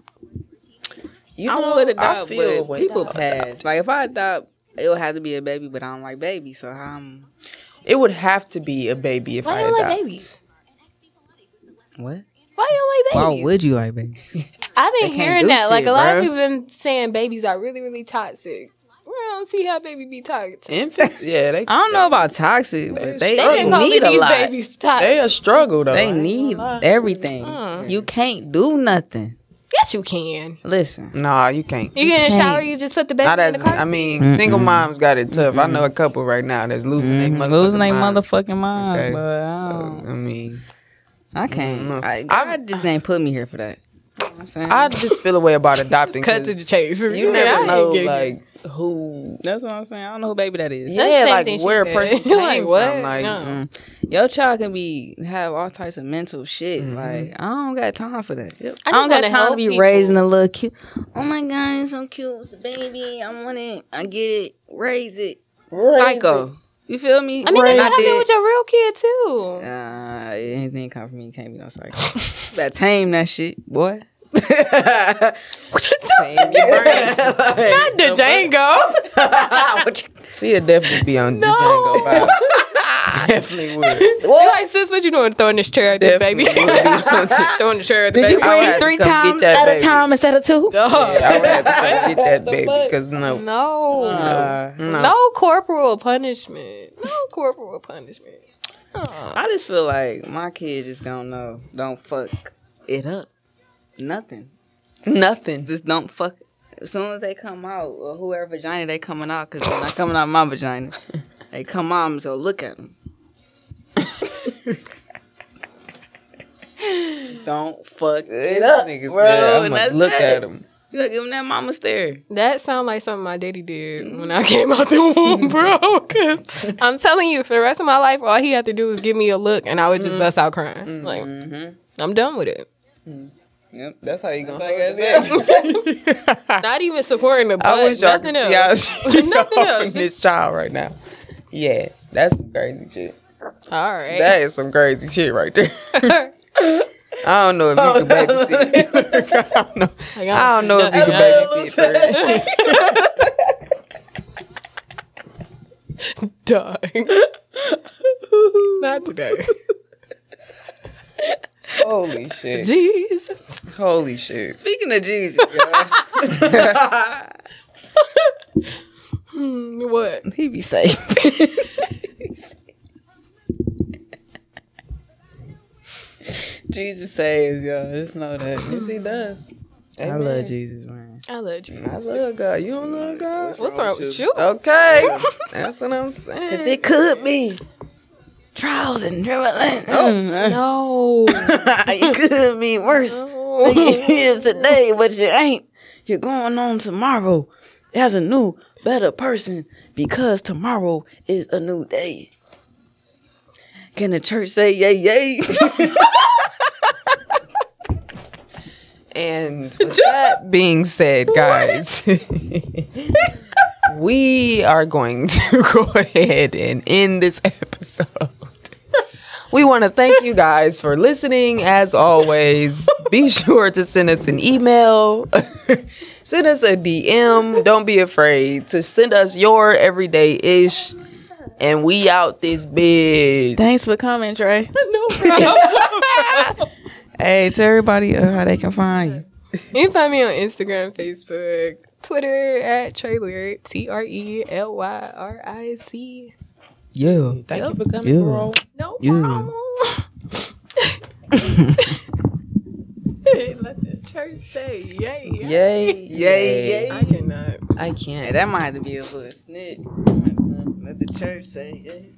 [SPEAKER 1] You
[SPEAKER 2] I
[SPEAKER 1] know,
[SPEAKER 2] would adopt,
[SPEAKER 1] feel
[SPEAKER 2] but
[SPEAKER 1] way
[SPEAKER 2] people
[SPEAKER 1] about
[SPEAKER 2] pass. Like if I adopt, it would have to be a baby, but I don't like babies, so I'm
[SPEAKER 1] It would have to be a baby if
[SPEAKER 3] Why
[SPEAKER 1] I
[SPEAKER 3] you don't like
[SPEAKER 1] adopt.
[SPEAKER 3] babies?
[SPEAKER 2] what?
[SPEAKER 3] Why you don't like babies?
[SPEAKER 2] would you like babies?
[SPEAKER 3] I've been
[SPEAKER 2] They can't
[SPEAKER 3] hearing
[SPEAKER 2] do
[SPEAKER 3] that. like
[SPEAKER 2] shit,
[SPEAKER 3] a lot of
[SPEAKER 2] bruh.
[SPEAKER 3] people been saying babies are really, really toxic. Well, I don't see how baby be toxic.
[SPEAKER 1] Infants, yeah, they
[SPEAKER 2] I don't know about toxic, but
[SPEAKER 1] They
[SPEAKER 2] they,
[SPEAKER 3] They
[SPEAKER 2] they
[SPEAKER 3] been calling
[SPEAKER 2] need a
[SPEAKER 3] these
[SPEAKER 2] lot.
[SPEAKER 3] babies toxic.
[SPEAKER 1] they a struggle though.
[SPEAKER 2] They need everything.
[SPEAKER 3] Mm.
[SPEAKER 2] You can't do nothing.
[SPEAKER 3] Yes, you can.
[SPEAKER 2] Listen,
[SPEAKER 1] Nah, you can't.
[SPEAKER 3] You get in the
[SPEAKER 2] can't.
[SPEAKER 3] shower, you just put the baby
[SPEAKER 1] Not
[SPEAKER 3] in
[SPEAKER 1] as
[SPEAKER 3] the car.
[SPEAKER 1] I mean, single moms got it tough. I know a couple right now that's losing their mother.
[SPEAKER 2] Mm-hmm. losing their motherfucking mind,
[SPEAKER 1] Okay.
[SPEAKER 2] but I,
[SPEAKER 1] So,
[SPEAKER 3] Oh.
[SPEAKER 2] don't-
[SPEAKER 1] I mean,
[SPEAKER 2] I can't.
[SPEAKER 1] Mm, no.
[SPEAKER 2] I,
[SPEAKER 1] I'm-
[SPEAKER 2] God just ain't put me here for that. You know what I'm saying?
[SPEAKER 1] I just feel a way about adopting.
[SPEAKER 3] Cut to
[SPEAKER 1] 'cause
[SPEAKER 3] the chase.
[SPEAKER 1] You
[SPEAKER 3] I
[SPEAKER 1] never
[SPEAKER 3] ain't
[SPEAKER 1] know,
[SPEAKER 3] getting it.
[SPEAKER 1] like who.
[SPEAKER 2] That's what I'm saying. I don't know who baby that is.
[SPEAKER 1] Yeah,
[SPEAKER 3] That's the same
[SPEAKER 1] like
[SPEAKER 3] thing she
[SPEAKER 1] where a
[SPEAKER 3] said.
[SPEAKER 1] person came
[SPEAKER 3] Like,
[SPEAKER 1] from.
[SPEAKER 3] what?
[SPEAKER 1] Like,
[SPEAKER 3] No.
[SPEAKER 2] Mm. Your child can be have all types of mental shit. Like I don't got time for that. I,
[SPEAKER 3] just
[SPEAKER 2] don't got
[SPEAKER 3] wanna
[SPEAKER 2] time to
[SPEAKER 3] help
[SPEAKER 2] be
[SPEAKER 3] people.
[SPEAKER 2] raising a little cute. Oh my god, it's so cute. It's a baby. I want it. I get it. Raise it. Psycho. You feel me?
[SPEAKER 3] I
[SPEAKER 2] And
[SPEAKER 3] mean, they can help you
[SPEAKER 2] did-
[SPEAKER 3] with your real kid too.
[SPEAKER 2] Uh, anything come from me can't be no psycho. Better tame that shit, boy.
[SPEAKER 1] Same, you burn.
[SPEAKER 3] Not the Django.
[SPEAKER 1] She'd definitely be on no. Django vibes. definitely would.
[SPEAKER 3] Well, like, sis, what you doing? Throwing this chair at this baby.
[SPEAKER 1] Definitely would be.
[SPEAKER 3] throwing the chair at the
[SPEAKER 2] Did you
[SPEAKER 3] baby.
[SPEAKER 1] I would
[SPEAKER 2] bring
[SPEAKER 1] have to
[SPEAKER 2] three
[SPEAKER 1] come get
[SPEAKER 2] times
[SPEAKER 1] that
[SPEAKER 2] at a
[SPEAKER 1] baby.
[SPEAKER 2] time instead of two?
[SPEAKER 3] Dog.
[SPEAKER 1] I would have to come get that baby because no, no,
[SPEAKER 3] No.
[SPEAKER 2] Uh,
[SPEAKER 3] No corporal punishment. No corporal punishment.
[SPEAKER 2] I just feel like my kid just gonna know. Don't fuck it up. Nothing.
[SPEAKER 1] nothing.
[SPEAKER 2] Just don't fuck. As soon as they come out, or whoever vagina they coming out, because they're not coming out my vagina. They come out, I'm just gonna look at them. don't fuck it
[SPEAKER 1] This
[SPEAKER 2] up,
[SPEAKER 1] nigga
[SPEAKER 2] bro.
[SPEAKER 1] said,
[SPEAKER 2] and
[SPEAKER 1] I'ma
[SPEAKER 2] that's
[SPEAKER 1] look
[SPEAKER 2] it.
[SPEAKER 1] at him.
[SPEAKER 2] You gotta give him that mama stare.
[SPEAKER 3] That sound like something my daddy did when I came out the womb, bro. Cause I'm telling you, for the rest of my life, all he had to do was give me a look, and I would just bust out crying. Like
[SPEAKER 2] Mm-hmm.
[SPEAKER 3] I'm done with it.
[SPEAKER 1] That's how you gonna.
[SPEAKER 2] Like,
[SPEAKER 1] hold the baby.
[SPEAKER 3] Not even supporting the butt.
[SPEAKER 1] I wish y'all
[SPEAKER 3] nothing
[SPEAKER 1] could see
[SPEAKER 3] else.
[SPEAKER 1] how she
[SPEAKER 3] Nothing else.
[SPEAKER 1] holding this child right now. Yeah, that's some crazy shit.
[SPEAKER 3] All right.
[SPEAKER 1] That is some crazy shit right there. I don't know if you can
[SPEAKER 2] Oh,
[SPEAKER 1] babysit. I don't know.
[SPEAKER 3] Like,
[SPEAKER 1] I don't know if you can babysit. For
[SPEAKER 3] Dying. Not today.
[SPEAKER 1] Holy shit.
[SPEAKER 3] Jesus.
[SPEAKER 1] Holy shit.
[SPEAKER 2] Speaking of Jesus, y'all,
[SPEAKER 3] Hmm, what?
[SPEAKER 2] he be safe. Jesus saves y'all. Just know that.
[SPEAKER 1] Yes, he does.
[SPEAKER 2] I love Jesus, man.
[SPEAKER 3] I love you.
[SPEAKER 1] I love God. You don't love God?
[SPEAKER 3] What's wrong with you?
[SPEAKER 1] Okay. That's what I'm saying.
[SPEAKER 4] Cause it could be trials and tribulations.
[SPEAKER 3] Oh. No.
[SPEAKER 4] it could be worse than it is today, but you ain't. You're going on tomorrow as a new, better person because tomorrow is a new day. Can the church say yay yay?
[SPEAKER 1] And with that being said, guys, we are going to go ahead and end this episode. We want to thank you guys for listening. As always, be sure to send us an email, send us a DM. Don't be afraid to send us your everyday ish. And we out this bitch.
[SPEAKER 2] Thanks for coming, Trey. no hey, tell everybody uh, how they can find you.
[SPEAKER 3] You can find me on Instagram, Facebook, Twitter at Trey Lyric, T R E L Y R I C.
[SPEAKER 1] Yeah. Thank you for coming,
[SPEAKER 2] Yeah.
[SPEAKER 1] bro.
[SPEAKER 3] No
[SPEAKER 2] Yeah.
[SPEAKER 3] problem. Let the church say yay. yay.
[SPEAKER 1] Yay. Yay.
[SPEAKER 3] I cannot.
[SPEAKER 1] I can't.
[SPEAKER 2] that might have to be a little snitch. Let the church say.